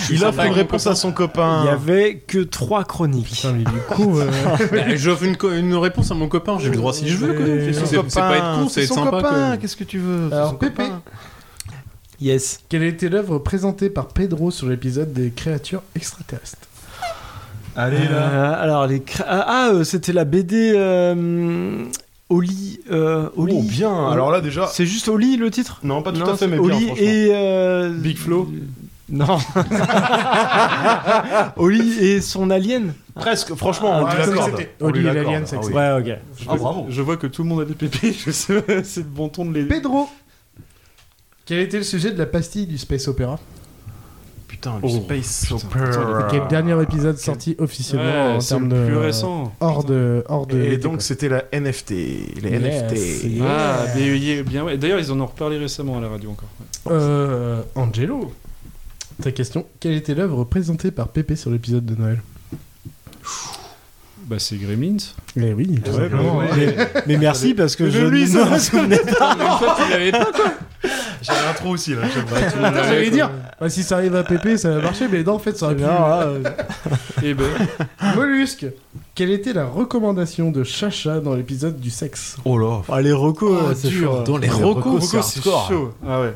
Speaker 10: Il offre
Speaker 12: bah,
Speaker 10: une réponse à son copain.
Speaker 17: Il y avait que trois chroniques.
Speaker 9: du coup.
Speaker 17: euh,
Speaker 12: Bah, J'offre une, co- une réponse à mon copain, j'ai le droit si je veux. quoi. C'est- C'est c'est pas être con, c'est être sympa. quoi.
Speaker 10: qu'est-ce que tu veux
Speaker 9: Alors, Pépé.
Speaker 17: Yes.
Speaker 9: Quelle était l'œuvre présentée par Pedro sur l'épisode des créatures extraterrestres
Speaker 10: Allez
Speaker 17: Euh, alors les cra- ah, ah, euh, c'était la BD euh, Oli euh, Oli.
Speaker 10: Oh, bien. Alors là, déjà-
Speaker 17: C'est juste Oli le titre
Speaker 10: Non, pas tout
Speaker 17: Ah. Non,
Speaker 10: à fait, mais
Speaker 17: c'est Oli
Speaker 10: bien, franchement.
Speaker 17: et Big Flo. Non. Oli et son alien.
Speaker 10: Presque, franchement, on lui l'accorde. On lui l'accorde. Ah oui.
Speaker 17: Ouais, ok.
Speaker 8: Je vois- Je vois que tout le monde a des pépés. Je sais, pas, c'est le bon ton de les.
Speaker 9: Pedro Quel était le sujet de la pastille du Space Opera
Speaker 10: Putain,
Speaker 8: Oh,
Speaker 10: Space
Speaker 9: Qui est le dernier épisode sorti officiellement
Speaker 10: Ouais,
Speaker 9: en
Speaker 10: c'est
Speaker 9: termes
Speaker 10: le
Speaker 9: de.
Speaker 10: plus récent.
Speaker 9: Hors de. Hors de
Speaker 10: Et
Speaker 9: l'été,
Speaker 10: donc,
Speaker 9: quoi.
Speaker 10: c'était la NFT. Les
Speaker 9: Yes,
Speaker 10: NFT.
Speaker 9: yes.
Speaker 8: Ah, mais, yeah, bien ouais. D'ailleurs, ils en ont reparlé récemment à la radio encore.
Speaker 9: Euh, Angelo Ta question Quelle était l'œuvre présentée par Pépé sur l'épisode de Noël
Speaker 8: Bah, c'est Gremlins.
Speaker 9: Eh oui,
Speaker 10: bah
Speaker 9: tout simplement.
Speaker 10: hein.
Speaker 17: Mais merci parce que je
Speaker 9: lui,
Speaker 17: ne
Speaker 9: ça
Speaker 17: me souvenais pas.
Speaker 10: J'avais un trou aussi, là. J'aimerais tout-
Speaker 9: Putain, J'allais dire, bah, si ça arrive à Pépé, ça va marcher, mais non, en fait, ça aurait pu. euh,
Speaker 8: Et ben.
Speaker 9: Mollusque, quelle était la recommandation de Chacha dans l'épisode du sexe
Speaker 10: Oh là.
Speaker 17: Ah, les recos,
Speaker 9: Oh,
Speaker 17: c'est
Speaker 9: dur.
Speaker 17: chaud.
Speaker 9: Dans les
Speaker 17: recos,
Speaker 10: recos,
Speaker 17: recos,
Speaker 10: c'est
Speaker 17: c'est
Speaker 10: hardcore.
Speaker 17: chaud.
Speaker 8: Ah ouais.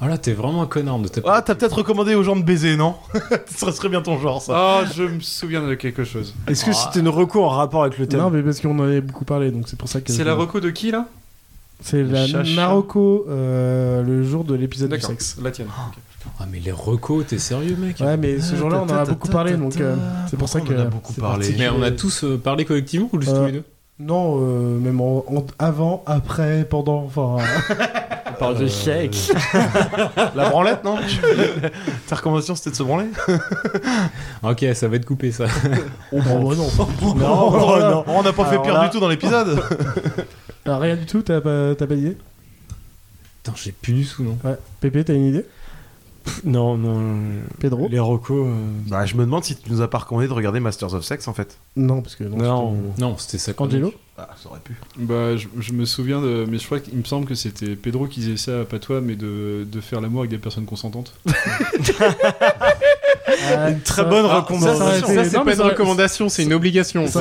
Speaker 12: Ah là, t'es vraiment un connard de ta
Speaker 10: Ah, t'as peut-être recommandé aux gens de baiser, non Ça serait bien ton genre, ça. Ah.
Speaker 8: Ah, je me souviens de quelque chose.
Speaker 17: Ah, Est-ce que c'était une reco en rapport avec le thème
Speaker 9: Non, mais parce qu'on en avait beaucoup parlé, donc c'est pour ça que.
Speaker 8: C'est la reco de qui là
Speaker 9: C'est la
Speaker 8: Chacha.
Speaker 9: Naroko euh, le jour de l'épisode du
Speaker 8: D'accord,
Speaker 9: sexe.
Speaker 8: la tienne. ok.
Speaker 12: Ah, mais les recos, t'es sérieux, mec
Speaker 9: Ouais, mais ce jour-là, on en a beaucoup parlé, donc euh, c'est pour ça que. c'est particulier.
Speaker 12: Mais on a tous euh, parlé collectivement ou juste tous
Speaker 9: Euh,
Speaker 12: les deux
Speaker 9: Non, euh, même en- en- avant, après, pendant, enfin.
Speaker 17: On parle de chèque.
Speaker 10: La branlette, non Ta recommandation, c'était de se branler
Speaker 12: Ok, ça va être coupé ça.
Speaker 9: Oh, bah, non.
Speaker 10: Non, non, Oh, on n'a pas fait
Speaker 9: Alors
Speaker 10: pire
Speaker 9: là-
Speaker 10: du tout dans l'épisode.
Speaker 9: Ah, rien du tout, t'as pas, t'as pas d'idée
Speaker 12: Putain, j'ai plus du tout, non
Speaker 9: Ouais. Pépé, t'as une idée
Speaker 17: Non, non.
Speaker 9: Pedro
Speaker 17: Les recos. euh,
Speaker 10: Bah, je me demande si tu nous as pas recommandé de regarder Masters of Sex en fait.
Speaker 9: Non, parce que. Non,
Speaker 12: Non, c'était ça.
Speaker 9: Angelo
Speaker 10: Ah, ça aurait pu.
Speaker 8: Bah, je, je me souviens de. Mais je crois qu'il me semble que c'était Pedro qui disait ça, pas toi, mais de, de faire l'amour avec des personnes consentantes.
Speaker 12: Une
Speaker 9: Ah,
Speaker 12: très bonne
Speaker 10: Ah,
Speaker 12: recommandation. Ça, c'est pas une recommandation, c'est une obligation.
Speaker 2: Ah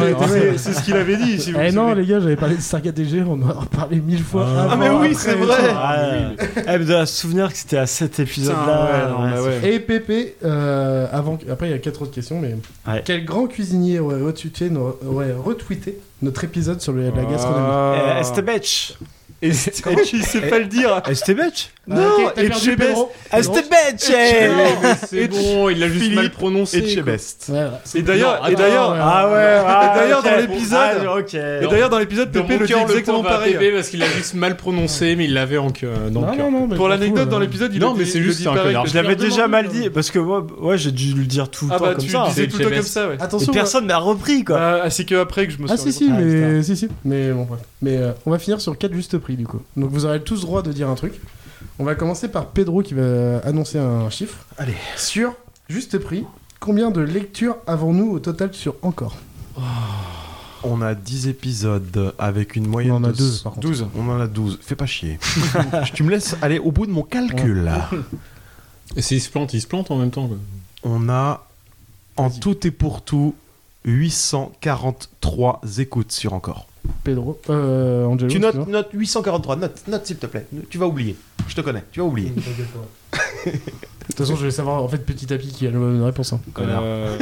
Speaker 8: C'est ce qu'il avait dit. Si vous
Speaker 9: Eh non, les gars, j'avais parlé de Stargate DG, on en a reparlé mille fois.
Speaker 12: Ah,
Speaker 9: avant,
Speaker 12: mais oui,
Speaker 9: après
Speaker 12: c'est
Speaker 9: et
Speaker 12: vrai.
Speaker 9: tout.
Speaker 12: Ah,
Speaker 17: oui, Eh, mais doit se souvenir que c'était à cet épisode-là.
Speaker 8: bah
Speaker 17: Ouais, c'est-
Speaker 9: Et Pépé, euh, avant, après il y a quatre autres questions, mais
Speaker 17: Ouais.
Speaker 9: quel grand cuisinier aurait retweeté, no- aurait retweeté notre épisode sur le- la
Speaker 8: Ah.
Speaker 9: gastronomie Ah,
Speaker 17: Euh, Estebetch. Estebetch,
Speaker 9: il sait pas le
Speaker 17: dire. Estebetch
Speaker 9: Ah,
Speaker 17: Non,
Speaker 9: ok, t'as perdu,
Speaker 17: Etchebest.
Speaker 9: Pedro.
Speaker 17: Estebetch eh.
Speaker 12: C'est bon, il l'a juste mal prononcé.
Speaker 17: Philippe
Speaker 12: Etchebest.
Speaker 8: Et d'ailleurs,
Speaker 12: Non,
Speaker 8: et
Speaker 12: attends,
Speaker 8: d'ailleurs,
Speaker 12: ouais,
Speaker 17: Ah ouais,
Speaker 8: et
Speaker 17: ah,
Speaker 8: d'ailleurs
Speaker 17: ok,
Speaker 8: dans
Speaker 17: bon,
Speaker 8: l'épisode,
Speaker 17: ah, ok.
Speaker 8: et d'ailleurs dans l'épisode,
Speaker 12: Dans
Speaker 8: Pépé
Speaker 12: mon
Speaker 8: le dit
Speaker 12: cœur,
Speaker 8: exactement
Speaker 12: pauvre à
Speaker 8: pareil.
Speaker 12: Pépé, parce qu'il l'a juste mal prononcé, mais il l'avait en cœur. dans le
Speaker 8: Non, non,
Speaker 12: cœur.
Speaker 8: non, mais Pour je m'en l'anecdote,
Speaker 9: euh,
Speaker 8: fous, dans là. l'épisode, il
Speaker 12: Non,
Speaker 8: le
Speaker 12: mais
Speaker 8: dit-
Speaker 12: c'est
Speaker 8: il le
Speaker 12: juste
Speaker 8: dit
Speaker 12: c'est un
Speaker 8: pareil,
Speaker 12: connard.
Speaker 8: parce
Speaker 17: Je l'avais déjà mal dit parce que moi, ouais, j'ai dû le dire tout le
Speaker 8: Ah
Speaker 17: temps
Speaker 8: bah,
Speaker 17: comme
Speaker 8: tu
Speaker 17: ça.
Speaker 8: le disais tout le temps Ah, comme Ah, ça, ouais.
Speaker 9: Attention, euh,
Speaker 17: Et personne n'a repris quoi.
Speaker 12: Euh,
Speaker 8: c'est que après que je me
Speaker 9: Ah si si, mais si si, mais bon bref. Mais euh, on va finir sur quatre justes prix du coup. Donc vous aurez tous droit de dire un truc. On va commencer par Pedro qui va annoncer un chiffre. Allez. Sur juste prix, combien de lectures avons-nous au total sur encore
Speaker 2: On a 10 épisodes avec une moyenne
Speaker 9: en a
Speaker 2: de
Speaker 9: 12, par contre.
Speaker 2: 12. On en a 12. Fais pas chier. tu me laisses aller au bout de mon calcul. là.
Speaker 12: Et s'il se plante, il se plante en même temps. quoi.
Speaker 2: On a en tout et pour tout 843 écoutes sur encore.
Speaker 9: Pedro, euh, Angelo.
Speaker 2: Tu notes,
Speaker 9: excuse-moi.
Speaker 2: note 843, note, note s'il te plaît. Tu vas oublier. Je te connais, tu vas oublier.
Speaker 9: De toute façon, je vais savoir en fait petit à petit qui a la bonne réponse. hein.
Speaker 8: Euh,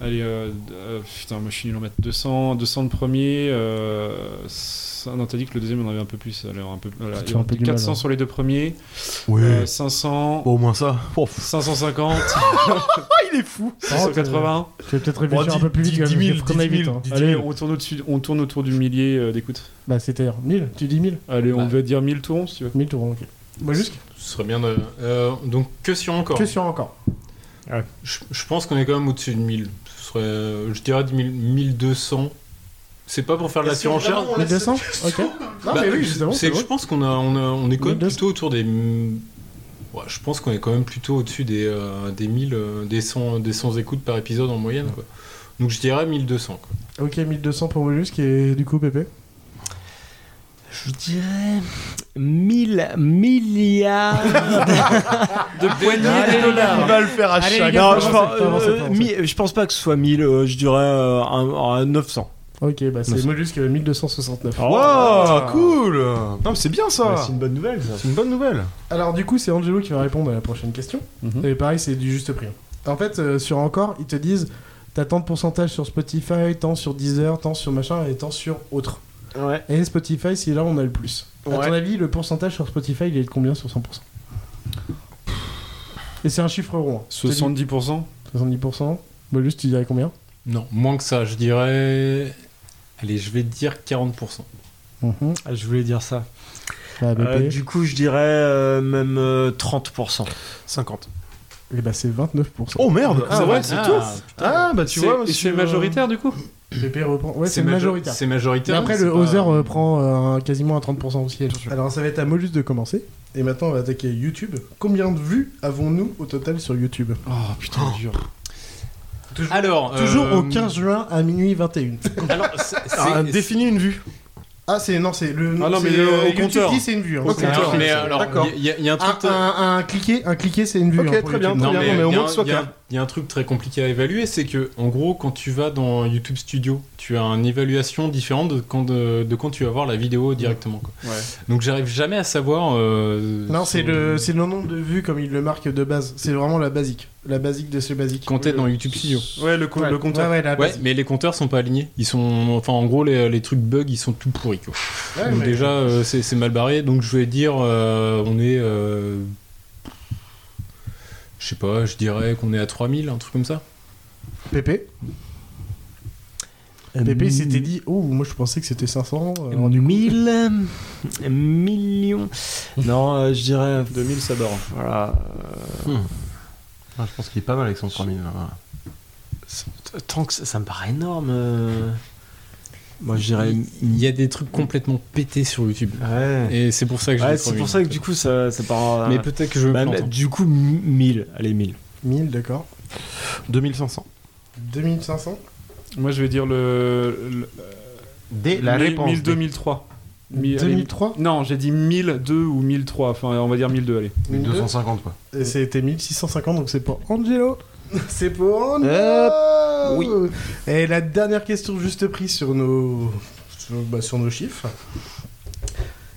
Speaker 8: Allez, euh, euh, putain, moi je suis nul en maths. 200, 200 le premier. Euh, ça- non, t'as dit que le deuxième on en avait un peu plus. Alors, un peu, voilà,
Speaker 2: Tu
Speaker 8: il y
Speaker 2: as un
Speaker 8: aura
Speaker 2: peu du mal,
Speaker 8: 400
Speaker 2: hein.
Speaker 8: sur les deux premiers.
Speaker 2: Oui.
Speaker 8: Euh, 500.
Speaker 2: Au moins ça.
Speaker 8: 550.
Speaker 2: Il est fou.
Speaker 8: 680.
Speaker 9: Je vais peut-être réfléchir un peu plus vite. quand même, parce qu'on aille vite, hein.
Speaker 8: Allez,
Speaker 9: Allez.
Speaker 8: on tourne, au-dessus, on tourne autour du millier euh, d'écoute.
Speaker 9: Bah, c'est-à-dire 1000 Tu dis 1000
Speaker 8: Allez, on va dire 1000 tours si tu veux.
Speaker 9: 1000 tours, ok. Bah, juste.
Speaker 12: Ce serait bien de. euh, donc, que sur encore
Speaker 9: Que sur encore.
Speaker 12: Je, je pense qu'on est quand même au-dessus de 1000. Ce serait, euh, je dirais, 1000 1200. C'est pas pour faire de la
Speaker 9: Est-ce que
Speaker 12: surenchère.
Speaker 9: vraiment on laisse 1200 Ok. Non, Ah, mais oui, justement,
Speaker 12: Bah, C'est
Speaker 9: c'est
Speaker 12: que je
Speaker 9: bon.
Speaker 12: pense qu'on a, on a- on est quand même plutôt autour des. Ouais, je pense qu'on est quand même plutôt au-dessus des, euh, des 1000, euh, des 100, des 100 écoutes par épisode en moyenne. Quoi. Donc je dirais 1200. Quoi.
Speaker 9: Ok, 1200 pour Mollusque et du coup, Pépé
Speaker 17: Je dirais 1000 milliards
Speaker 8: de
Speaker 12: poignées
Speaker 8: de dollars.
Speaker 17: Il
Speaker 8: va le faire à Allez, chaque- les gars,
Speaker 17: Non, je,
Speaker 8: avancez,
Speaker 17: pense,
Speaker 8: avancez,
Speaker 17: euh,
Speaker 8: avancez.
Speaker 17: mi- je pense pas que ce soit 1000, euh, je dirais euh, un- un 900.
Speaker 9: Ok, bah c'est
Speaker 17: Merci.
Speaker 9: Mollusque 1269.
Speaker 17: Oh,
Speaker 2: Ah.
Speaker 17: Wow,
Speaker 2: cool Non, mais c'est bien ça.
Speaker 9: Bah, c'est une
Speaker 17: bonne nouvelle ça.
Speaker 2: C'est une bonne nouvelle.
Speaker 9: Alors, du coup, c'est Angelo qui va répondre à la prochaine question.
Speaker 17: Mhm.
Speaker 9: Et pareil, c'est du juste prix. En fait, euh, sur encore, ils te disent t'as tant de pourcentage sur Spotify, tant sur Deezer, tant sur machin et tant sur autre.
Speaker 17: Ouais.
Speaker 9: Et Spotify, c'est là où on a le plus.
Speaker 17: Ouais.
Speaker 9: À ton avis, le pourcentage sur Spotify, il est de combien sur 100% Et c'est un chiffre rond. hein.
Speaker 8: 70%
Speaker 9: 70% Mollusque, tu dirais combien
Speaker 12: Non, moins que ça. Je dirais. Allez, je vais dire 40%.
Speaker 17: Ah, je voulais dire ça.
Speaker 9: Ah, BP.
Speaker 17: Euh, du coup, je dirais euh, même euh, 30%.
Speaker 2: 50.
Speaker 9: Et bah, c'est 29%.
Speaker 2: Oh merde
Speaker 8: Ah ouais, c'est tout.
Speaker 2: Ah bah tu
Speaker 8: C'est-
Speaker 2: vois.
Speaker 8: et c'est
Speaker 10: euh,
Speaker 8: majoritaire du coup
Speaker 9: Pépé reprend. Ouais,
Speaker 8: C'est
Speaker 9: c'est
Speaker 8: majo-
Speaker 9: majoritaire.
Speaker 8: c'est majoritaire,
Speaker 9: Mais après,
Speaker 8: mais
Speaker 9: le
Speaker 8: c'est pas-
Speaker 9: Other euh, prend euh, un- quasiment à 30% aussi. Alors, ça va être à Molus de commencer. Et maintenant, on va attaquer YouTube. Combien de vues avons-nous au total sur YouTube Oh
Speaker 8: putain, dur.
Speaker 12: Alors,
Speaker 9: Toujours
Speaker 12: euh,
Speaker 9: au 15 juin à minuit 21.
Speaker 12: Alors,
Speaker 9: définit une vue. Ah, c'est non, c'est le.
Speaker 8: Ah non, mais
Speaker 9: c'est,
Speaker 8: le- au
Speaker 9: euh, YouTube
Speaker 8: compteur.
Speaker 9: dit c'est une vue. hein.
Speaker 8: Au
Speaker 9: C'est-
Speaker 8: compteur.
Speaker 12: Mais alors,
Speaker 9: D'accord. Ah,
Speaker 12: il y a- il y a un truc-
Speaker 9: Un, un- un cliquer, un cliquer, c'est une vue. hein, pour YouTube.
Speaker 12: Non, mais il y a un- il y a un-
Speaker 9: clair.
Speaker 12: Il y a un truc très compliqué à évaluer, c'est que, en gros, quand tu vas dans YouTube Studio, tu as une évaluation différente de quand, de, de quand tu vas voir la vidéo directement. quoi.
Speaker 8: Ouais.
Speaker 12: Donc, j'arrive jamais à savoir. euh,
Speaker 9: Non, c'est
Speaker 12: sur-
Speaker 9: le, c'est le nombre de vues comme il le marque de base. C'est vraiment la basique. La basique de ce basique.
Speaker 12: Compter dans YouTube Studio.
Speaker 8: Ouais, le, co- le compteur.
Speaker 9: Ouais, ouais, la
Speaker 12: Ouais,
Speaker 9: basique.
Speaker 12: mais les compteurs sont pas alignés. Ils sont, enfin, en gros, les, les trucs bugs, ils sont tout pourris. quoi.
Speaker 9: Ouais,
Speaker 12: donc
Speaker 9: mais-
Speaker 12: déjà, euh, c'est c'est mal barré. Donc je vais dire, euh, on est, euh, je sais pas, je dirais qu'on est à 3000, un truc comme ça.
Speaker 9: Pépé
Speaker 8: Euh,
Speaker 9: Pépé il s'était dit Oh, moi je pensais que c'était 500. euh,
Speaker 17: 1000 euh, millions. Non, euh, je dirais.
Speaker 8: 2000, ça barre.
Speaker 17: Voilà. euh,
Speaker 2: Ah, je pense qu'il est pas mal avec son euh, 3000.
Speaker 17: Tant que ça, ça me paraît énorme. euh, Moi, je dirais.
Speaker 12: Il y a des trucs complètement pétés sur YouTube.
Speaker 17: Ouais.
Speaker 12: Et c'est pour ça que je
Speaker 17: Ouais,
Speaker 12: dis
Speaker 17: c'est
Speaker 12: 3000,
Speaker 17: pour ça que
Speaker 12: en fait.
Speaker 17: du coup, ça, ça part.
Speaker 12: Mais peut-être que je me
Speaker 17: Bah,
Speaker 12: plante, hein.
Speaker 17: Du coup, 1000. Allez, 1000.
Speaker 9: 1000, d'accord.
Speaker 2: 2500.
Speaker 9: 2500
Speaker 8: Moi je vais dire le. le-
Speaker 2: D,
Speaker 8: euh,
Speaker 2: la
Speaker 8: 1000,
Speaker 2: réponse D.
Speaker 8: 1000, 2003. Mi- allez,
Speaker 9: 2003
Speaker 8: Non, j'ai dit 1002 ou 1003. Enfin, on va dire 1002, allez.
Speaker 9: 1250,
Speaker 8: quoi.
Speaker 9: Et c'était 1650, donc c'est pour Angelo. C'est pour Angelo.
Speaker 8: Hop. Oui.
Speaker 9: Et la dernière question juste prise sur nos, sur, bah, sur nos chiffres.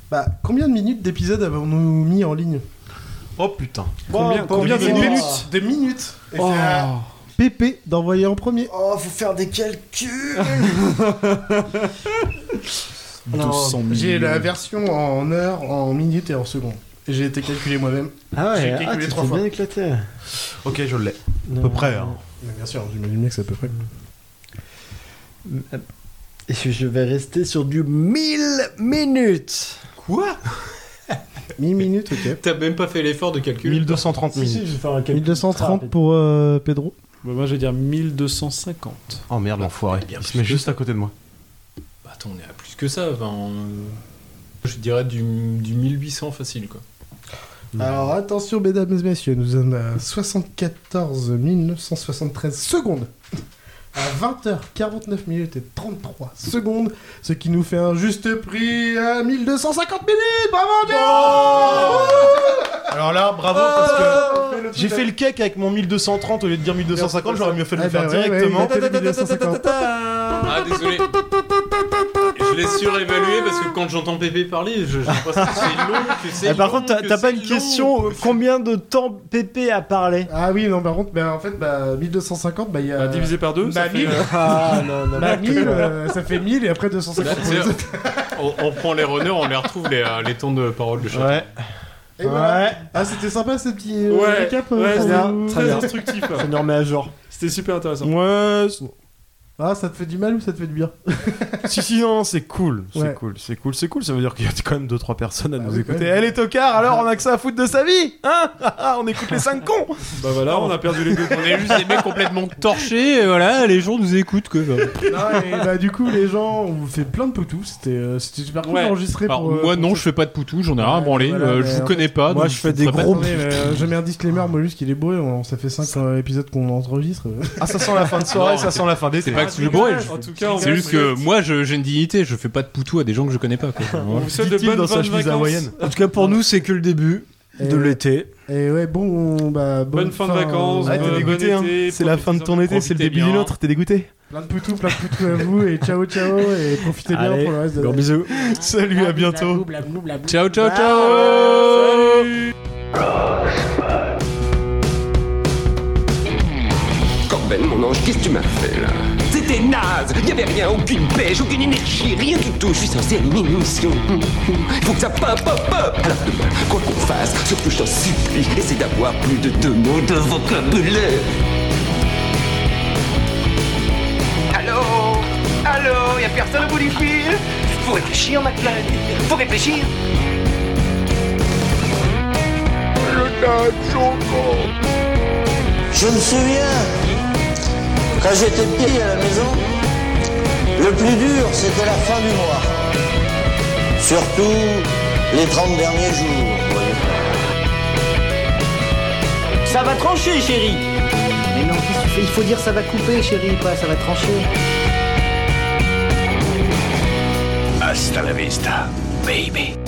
Speaker 9: Bah, combien de minutes d'épisode avons-nous mis en ligne
Speaker 12: Oh putain.
Speaker 8: Combien- combien de minutes
Speaker 9: Des minutes. Et
Speaker 8: Oh.
Speaker 9: c'est à Pépé d'envoyer en premier.
Speaker 5: Oh, faut faire des calculs
Speaker 9: Non,
Speaker 10: 200 000.
Speaker 9: J'ai la version en heures, en minutes et en secondes. J'ai été calculé moi-même.
Speaker 17: Ah ouais,
Speaker 9: J'ai
Speaker 17: ah,
Speaker 9: calculé
Speaker 17: tu
Speaker 9: trois
Speaker 17: t'es
Speaker 9: fois.
Speaker 17: bien éclaté.
Speaker 10: Ok, je l'ai.
Speaker 17: À peu près, hein.
Speaker 9: Mais Bien sûr, j'imagine bien que c'est à peu près.
Speaker 5: Et je vais rester sur du 1000 minutes.
Speaker 12: Quoi
Speaker 9: 1000 minutes, ok.
Speaker 12: T'as même pas fait l'effort de calcul.
Speaker 10: 1230
Speaker 12: minutes.
Speaker 17: Si, si, je vais faire un calcul.
Speaker 9: 1230 pour euh, Pedro.
Speaker 8: Bah, moi, je vais dire 1250.
Speaker 2: Oh merde, l'enfoiré. Il se met juste à côté de moi.
Speaker 12: Bah, attends, on est à plus que ça. Enfin, on- Je dirais du, du 1800 facile, quoi.
Speaker 9: Alors attention, mesdames et messieurs, nous sommes à 74 973 secondes. À 20h49 minutes et 33 secondes, ce qui nous fait un juste prix à 1250 minutes Bravo
Speaker 10: Alors là, bravo, parce
Speaker 8: Oh,
Speaker 10: que j'ai fait le cake avec mon 1230 au lieu de dire 1250, j'aurais mieux fait de le
Speaker 9: Eh
Speaker 10: faire
Speaker 9: ben ouais,
Speaker 10: directement.
Speaker 9: ouais, il était 1250.
Speaker 12: Ah, désolé. Je l'ai surévalué parce que quand j'entends Pépé parler, je, je pense que c'est long, que c'est
Speaker 17: Eh, par
Speaker 12: long,
Speaker 17: contre, t'as-
Speaker 12: que
Speaker 17: t'as pas
Speaker 12: c'est
Speaker 17: une
Speaker 12: long.
Speaker 17: question euh, combien de temps Pépé a parlé
Speaker 9: Ah oui, non, par contre, bah, en fait, bah, 1250, bah, il y a.
Speaker 17: Bah, divisé par deux,
Speaker 9: bah,
Speaker 17: ça fait,
Speaker 9: 1000.
Speaker 17: euh, Ah, non, non,
Speaker 9: Bah,
Speaker 17: non.
Speaker 9: 1000, euh, ça fait 1000 et après
Speaker 12: Bah,
Speaker 9: 250 pour
Speaker 12: c'est-
Speaker 9: les autres.
Speaker 12: on, on prend les runners, on les retrouve les, euh, les temps de parole de chacun.
Speaker 17: Ouais.
Speaker 9: Et voilà.
Speaker 17: Ouais.
Speaker 9: Ah, c'était sympa ce petit euh,
Speaker 8: Ouais,
Speaker 9: récap.
Speaker 8: ouais,
Speaker 9: pour
Speaker 8: c'était
Speaker 9: vous.
Speaker 8: très bien. instructif. hein.
Speaker 17: Ça nous remet à jour.
Speaker 8: C'était super intéressant.
Speaker 10: Ouais. c'est-
Speaker 9: Ah, ça te fait du mal ou ça te fait du bien
Speaker 10: si, si, non, c'est cool. C'est
Speaker 9: Ouais. Ah
Speaker 10: cool, c'est cool, c'est cool. Ça veut dire qu'il y a quand même 2-3 personnes à nous
Speaker 9: oui,
Speaker 10: écouter.
Speaker 9: quand même.
Speaker 10: Elle est tocard, alors on a que ça à foutre de sa vie Hein On écoute les 5 cons
Speaker 8: Bah voilà, on a perdu les deux. Ah,
Speaker 12: On est juste des mecs complètement torchés, et voilà, les gens nous écoutent que.
Speaker 9: Non, et bah, du coup, les gens, on vous fait plein de poutous. C'était euh, c'était super cool d'enregistrer
Speaker 12: Alors,
Speaker 9: pour. euh,
Speaker 12: moi
Speaker 9: pour
Speaker 12: non,
Speaker 9: ça.
Speaker 12: je fais pas de poutou, j'en ai rien à branler,
Speaker 9: Voilà,
Speaker 12: euh,
Speaker 9: mais
Speaker 12: je vous
Speaker 9: en
Speaker 12: connais
Speaker 9: fait,
Speaker 12: pas.
Speaker 9: Moi,
Speaker 12: donc
Speaker 9: je fais des
Speaker 12: ferai pas de
Speaker 9: gros.
Speaker 12: poutou.
Speaker 9: Attendez, mais, euh, je mets un disclaimer, Mollusque, il est bourré. on- ça fait 5 épisodes qu'on enregistre.
Speaker 10: Ah, ça sent la fin de soirée, ça sent la fin d'été.
Speaker 12: C'est pas que je le brûle.
Speaker 8: En tout cas, on
Speaker 12: C'est
Speaker 8: vous
Speaker 12: juste que
Speaker 8: souhaite-
Speaker 12: moi, je- j'ai une dignité, je fais pas de poutou à des gens que je connais pas. Quoi.
Speaker 8: On vous souhaite de
Speaker 10: Dit-il
Speaker 8: bonnes,
Speaker 10: dans sa
Speaker 8: bonnes
Speaker 10: chemise
Speaker 8: vacances.
Speaker 10: hawaïenne.
Speaker 17: En tout cas, pour nous, c'est que le début
Speaker 9: Et-
Speaker 17: de l'été.
Speaker 9: Et ouais, bon, bah, bonne, euh,
Speaker 8: Bonne fin de vacances,
Speaker 10: Ah,
Speaker 9: Ouais,
Speaker 10: t'es dégoûté,
Speaker 8: bon
Speaker 10: hein.
Speaker 8: été,
Speaker 10: C'est la fin de ton été, c'est le
Speaker 12: profitez
Speaker 10: début du
Speaker 12: bien.
Speaker 10: nôtre, t'es dégoûté
Speaker 9: Plein de poutous, plein de poutous à vous. Et ciao, ciao. Et profitez bien
Speaker 17: Allez,
Speaker 9: pour le reste de
Speaker 17: gros
Speaker 9: l'année.
Speaker 17: bisous.
Speaker 10: Salut, à bientôt
Speaker 12: Ciao,
Speaker 8: Bah,
Speaker 12: ciao, ciao
Speaker 22: Corben, mon ange, qu'est-ce que tu m'as fait là C'était naze Il n'y avait rien, aucune pêche, aucune énergie, rien du tout. Je suis censé animer une mission. Hum, hum. Faut que ça pop, pop, pop Alors demain, quoi qu'on fasse, surtout je t'en supplie, essaie d'avoir plus de deux mots de vocabulaire.
Speaker 5: Allô Allô Y'a personne au bout du fil Faut réfléchir, McFly Faut réfléchir
Speaker 23: Je me souviens, quand j'étais petit à la maison, le plus dur, c'était la fin du mois. Surtout les 30 derniers jours. vous voyez.
Speaker 15: Ça va trancher, chérie
Speaker 5: Mais non, qu'est-ce que tu fais Il faut dire ça va couper, chérie, pas ça va trancher.
Speaker 22: Hasta la vista, baby.